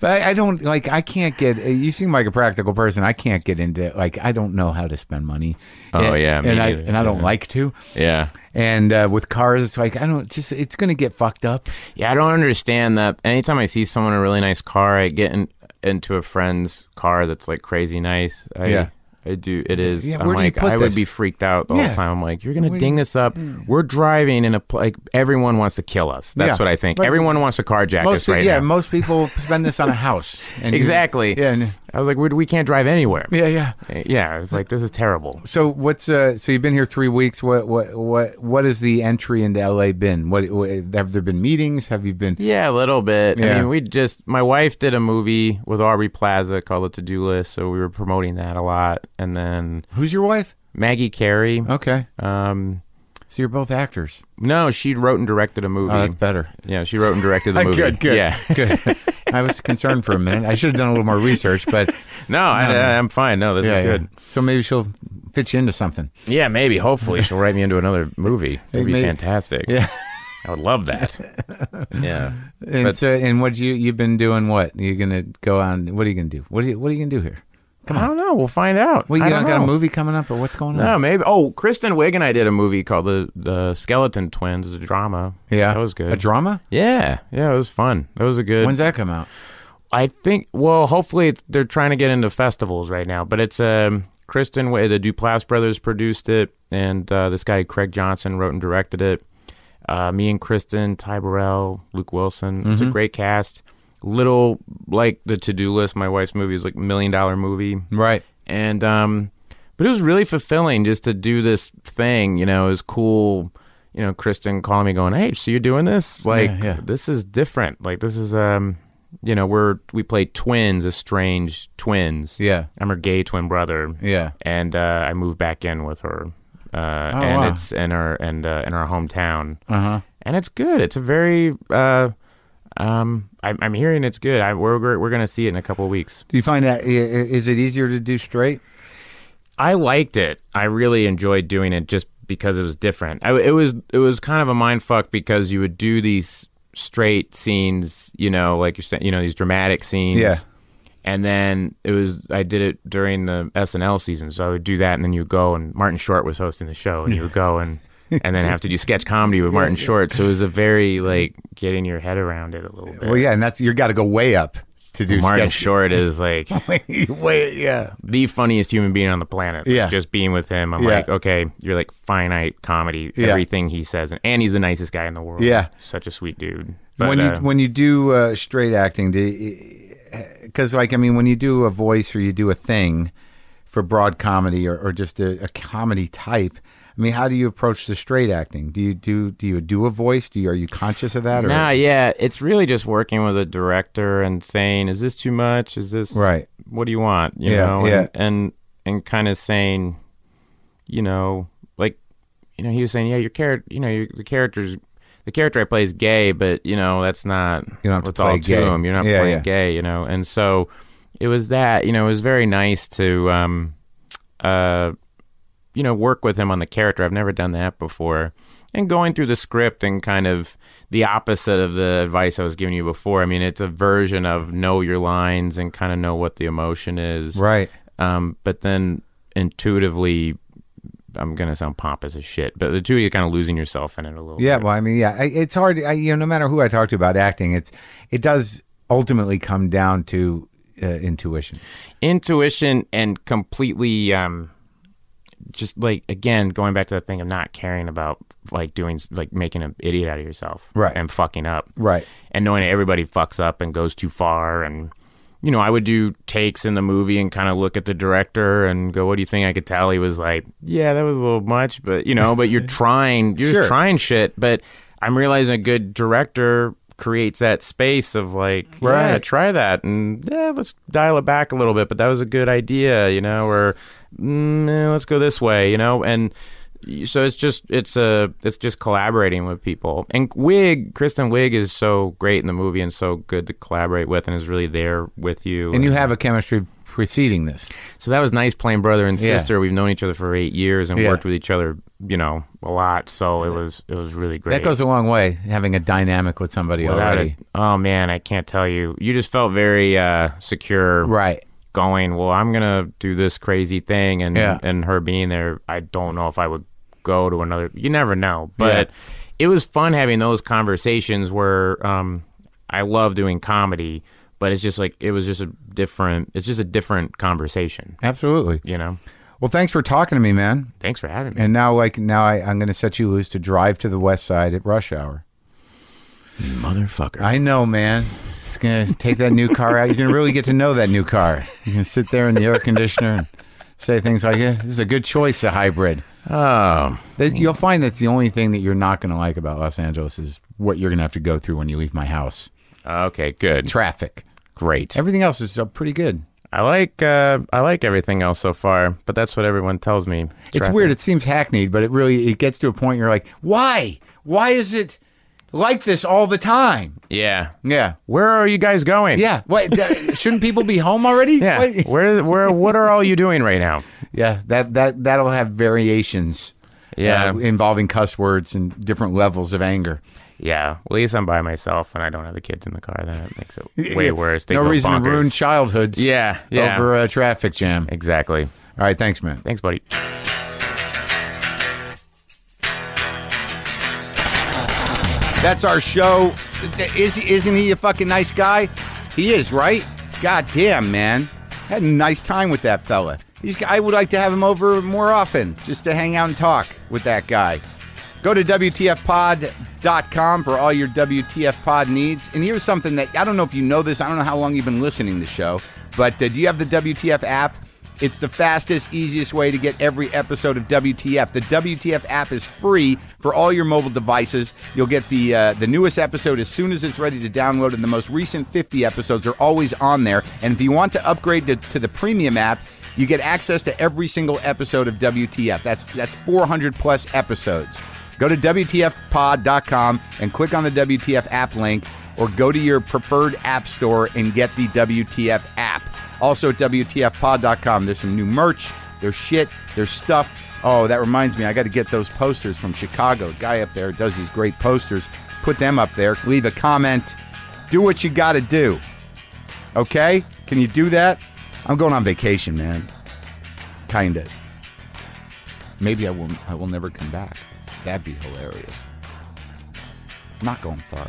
Speaker 1: But I, I don't like, I can't get, uh, you seem like a practical person. I can't get into, like, I don't know how to spend money.
Speaker 3: Oh,
Speaker 1: And-
Speaker 3: yeah, me
Speaker 1: And I,
Speaker 3: neither.
Speaker 1: and I don't
Speaker 3: Yeah.
Speaker 1: like to.
Speaker 3: yeah.
Speaker 1: And uh, with cars, it's like, I don't, just, it's going to get fucked up.
Speaker 3: Yeah, I don't understand that. Anytime I see someone in a really nice car, I get in, into a friend's car that's like crazy nice. I,
Speaker 1: Yeah.
Speaker 3: I do. It is.
Speaker 1: Yeah,
Speaker 3: I'm
Speaker 1: where do you
Speaker 3: like,
Speaker 1: put
Speaker 3: I
Speaker 1: this?
Speaker 3: would be freaked out all
Speaker 1: Yeah.
Speaker 3: the time. I'm like, you're gonna ding us up. We're driving in a pl- like everyone wants to kill us. That's
Speaker 1: Yeah.
Speaker 3: what I think.
Speaker 1: But-
Speaker 3: everyone wants to carjack
Speaker 1: Most,
Speaker 3: us right
Speaker 1: yeah,
Speaker 3: now.
Speaker 1: most people spend this on a house. And you-
Speaker 3: Exactly.
Speaker 1: yeah, and-
Speaker 3: I was like, we, we can't drive anywhere.
Speaker 1: Yeah, yeah.
Speaker 3: Yeah, I was like, this is terrible.
Speaker 1: So what's uh? So you've been here three weeks. What what what what has the entry into LA been? What, what have there been meetings? Have you been?
Speaker 3: Yeah, a little bit.
Speaker 1: Yeah.
Speaker 3: I mean, we just my wife did a movie with Aubrey Plaza called The To Do List, so we were promoting that a lot. And then
Speaker 1: Who's your wife?
Speaker 3: Maggie Carey,
Speaker 1: Okay,
Speaker 3: um,
Speaker 1: so you're both actors.
Speaker 3: no, she wrote and directed a movie.
Speaker 1: Oh, that's better.
Speaker 3: yeah, she wrote and directed the
Speaker 1: Good,
Speaker 3: movie.
Speaker 1: good.
Speaker 3: Yeah,
Speaker 1: Good. I was concerned for a minute. I should have done a little more research, but
Speaker 3: no, I, I, I'm fine. No, this
Speaker 1: yeah,
Speaker 3: is
Speaker 1: yeah.
Speaker 3: good.
Speaker 1: So maybe she'll fit you into something.
Speaker 3: Yeah. maybe. Hopefully, she'll write me into another movie. That'd be
Speaker 1: Maybe.
Speaker 3: fantastic.
Speaker 1: Yeah.
Speaker 3: I would love that. yeah.
Speaker 1: And
Speaker 3: But-
Speaker 1: so, and what you you've been doing? What you're gonna go on? What are you gonna do? What are you, what are you gonna do here?
Speaker 3: I don't know. We'll find out.
Speaker 1: Well,
Speaker 3: I
Speaker 1: you
Speaker 3: don't
Speaker 1: don't got
Speaker 3: know.
Speaker 1: a movie coming up, or what's going on?
Speaker 3: No, maybe. Oh, Kristen Wiig and I did a movie called the the Skeleton Twins, a drama.
Speaker 1: Yeah,
Speaker 3: that was good.
Speaker 1: A drama?
Speaker 3: yeah, yeah, it was fun. That was a good.
Speaker 1: When's that come out?
Speaker 3: I think. Well, hopefully it's, they're trying to get into festivals right now. But it's um, Kristen Wiig, the Duplass brothers produced it, and uh, this guy Craig Johnson wrote and directed it. Uh, me and Kristen, Ty Burrell, Luke Wilson. It's a great cast. Little like the to do list. My wife's movie is like million dollar movie
Speaker 1: Right.
Speaker 3: and um but it was really fulfilling just to do this thing you know it was cool you know kristen calling me going hey so you're doing this like
Speaker 1: Yeah, yeah.
Speaker 3: this is different like this is um you know we're we play twins estranged twins
Speaker 1: Yeah.
Speaker 3: i'm her gay twin brother
Speaker 1: Yeah.
Speaker 3: and uh i moved back in with her uh and
Speaker 1: Oh, wow.
Speaker 3: it's in her and uh in our hometown
Speaker 1: Uh huh.
Speaker 3: and it's good it's a very uh um, I'm, I'm hearing it's good. I, we're we're, we're going to see it in a couple of weeks.
Speaker 1: Do you find that i- i- is it easier to do straight?
Speaker 3: I liked it. I really enjoyed doing it just because it was different. I, it was it was kind of a mind fuck because you would do these straight scenes, you know, like you're saying, you know, these dramatic scenes.
Speaker 1: Yeah.
Speaker 3: And then it was I did it during the SNL season, so I would do that, and then you would go and Martin Short was hosting the show, and you would go and and then have to do sketch comedy with Martin Short. So it was a very like getting your head around it a little bit.
Speaker 1: Well, yeah, and that's you got to go way up to do
Speaker 3: Martin
Speaker 1: sketch.
Speaker 3: Short is like
Speaker 1: way, yeah.
Speaker 3: the funniest human being on the planet. Like,
Speaker 1: Yeah.
Speaker 3: Just being with him, I'm
Speaker 1: Yeah.
Speaker 3: like, okay, you're like finite comedy,
Speaker 1: Yeah.
Speaker 3: everything he says. And, and he's the nicest guy in the world.
Speaker 1: Yeah.
Speaker 3: Such a sweet dude. But,
Speaker 1: when you
Speaker 3: uh,
Speaker 1: when you do uh, straight acting, because like I mean, when you do a voice or you do a thing for broad comedy or, or just a, a comedy type, I mean, how do you approach the straight acting? Do you do do you do a voice? Do you are you conscious of that? Or,
Speaker 3: nah, yeah, it's really just working with a director and saying, is this too much? Is this,
Speaker 1: Right.
Speaker 3: what do you want? You
Speaker 1: Yeah,
Speaker 3: know?
Speaker 1: yeah.
Speaker 3: And, and, and kind of saying, you know, like, you know, he was saying, yeah, your character, you know, your, the character's, the character I play is gay, but you know that's not
Speaker 1: don't have to
Speaker 3: what's
Speaker 1: play
Speaker 3: all
Speaker 1: gay.
Speaker 3: to him. You're not
Speaker 1: Yeah,
Speaker 3: playing
Speaker 1: yeah.
Speaker 3: gay, you know. And so it was that, you know, it was very nice to, um, uh, you know, work with him on the character. I've never done that before, and going through the script and kind of the opposite of the advice I was giving you before. I mean, it's a version of know your lines and kind of know what the emotion is,
Speaker 1: Right.
Speaker 3: um, but then intuitively, I'm gonna sound pompous as shit, but the two of you kind of losing yourself in it a little.
Speaker 1: Yeah,
Speaker 3: bit.
Speaker 1: well, I mean, yeah, I, it's hard. I, you know, no matter who I talk to about acting, it's it does ultimately come down to uh, intuition.
Speaker 3: intuition and completely, um, just like again going back to that thing of not caring about like doing like making an idiot out of yourself,
Speaker 1: Right.
Speaker 3: And fucking up,
Speaker 1: Right.
Speaker 3: and knowing that everybody fucks up and goes too far and you know i would do takes in the movie and kind of look at the director and go what do you think i could tell he was like yeah that was a little much but you know but you're trying you're
Speaker 1: Sure.
Speaker 3: just trying shit but i'm realizing a good director creates that space of like yeah
Speaker 1: Right.
Speaker 3: try that and yeah let's dial it back a little bit but that was a good idea you know or mm, eh, let's go this way you know and so it's just it's a it's just collaborating with people and Wig Kristen Wig is so great in the movie and so good to collaborate with and is really there with you
Speaker 1: And you have a chemistry preceding this.
Speaker 3: so that was nice playing brother and
Speaker 1: Yeah.
Speaker 3: sister we've known each other for eight years and
Speaker 1: Yeah.
Speaker 3: worked with each other you know a lot so it was it was really great
Speaker 1: That goes a long way, having a dynamic with somebody
Speaker 3: Without
Speaker 1: already.
Speaker 3: it- oh man I can't tell you you just felt very uh, secure
Speaker 1: Right.
Speaker 3: going well I'm gonna do this crazy thing and
Speaker 1: Yeah.
Speaker 3: and her being there I don't know if I would go to another you never know but it was fun having those conversations where um I love doing comedy but it's just like it was just a different it's just a different conversation
Speaker 1: Absolutely.
Speaker 3: you know
Speaker 1: Well, thanks for talking to me, man.
Speaker 3: thanks for having me
Speaker 1: And now, like now, I, I'm going to set you loose to drive to the west side at rush hour.
Speaker 4: Motherfucker.
Speaker 1: I know, man. It's
Speaker 5: just gonna take that new car out. You're gonna really get to know that new car. You can sit there in the air conditioner and say things like, yeah, "This is a good choice, a hybrid."
Speaker 6: Oh,
Speaker 5: That-
Speaker 3: Mm.
Speaker 5: You'll find that's the only thing that you're not gonna like about Los Angeles is what you're gonna have to go through when you leave my house.
Speaker 3: Okay, good.
Speaker 5: Traffic.
Speaker 3: Great.
Speaker 5: Everything else is uh, pretty good.
Speaker 3: I like uh, I like everything else so far, but that's what everyone tells me.
Speaker 5: It's
Speaker 3: Traffic.
Speaker 5: weird. It seems hackneyed, but it really it gets to a point you're like, why? Why is it like this all the time?
Speaker 3: Yeah.
Speaker 5: Yeah.
Speaker 3: Where are you guys going?
Speaker 5: Yeah. What, th- shouldn't people be home already?
Speaker 3: Yeah.
Speaker 5: What-
Speaker 3: Where where what are all you doing right now?
Speaker 5: Yeah. That that that'll have variations.
Speaker 3: Yeah.
Speaker 5: uh, involving cuss words and different levels of anger.
Speaker 3: Yeah. At least I'm by myself and I don't have the kids in the car. Then it makes it way
Speaker 5: Yeah.
Speaker 3: worse. They
Speaker 5: no
Speaker 3: go
Speaker 5: reason to
Speaker 3: bonkers.
Speaker 5: ruin childhoods.
Speaker 3: Yeah, yeah.
Speaker 5: Over a traffic jam.
Speaker 3: Exactly.
Speaker 5: All right. Thanks, man.
Speaker 3: Thanks, buddy.
Speaker 1: That's our show. Is isn't he a fucking nice guy? He is, right? God damn, man. Had a nice time with that fella. He's, I would like to have him over more often just to hang out and talk with that guy. Go to WTFpod.com for all your WTF pod needs. And here's something that I don't know if you know this, I don't know how long you've been listening to the show, but uh, do you have the WTF app? It's the fastest, easiest way to get every episode of WTF. The WTF app is free for all your mobile devices. You'll get the uh, the newest episode as soon as it's ready to download, and the most recent 50 episodes are always on there. And if you want to upgrade to, to the premium app, you get access to every single episode of WTF. That's that's 400 plus episodes. Go to WTFpod.com and click on the WTF app link or go to your preferred app store and get the WTF app. Also at WTFpod.com, there's some new merch, there's shit, there's stuff. Oh, that reminds me, I got to get those posters from Chicago. Guy up there does these great posters. Put them up there, leave a comment, do what you got to do. Okay? Can you do that? I'm going on vacation, man. Kinda. Maybe I will. I will never come back. That'd be hilarious. I'm not going far.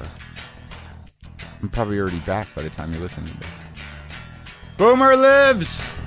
Speaker 1: I'm probably already back by the time you listen to this. Boomer lives.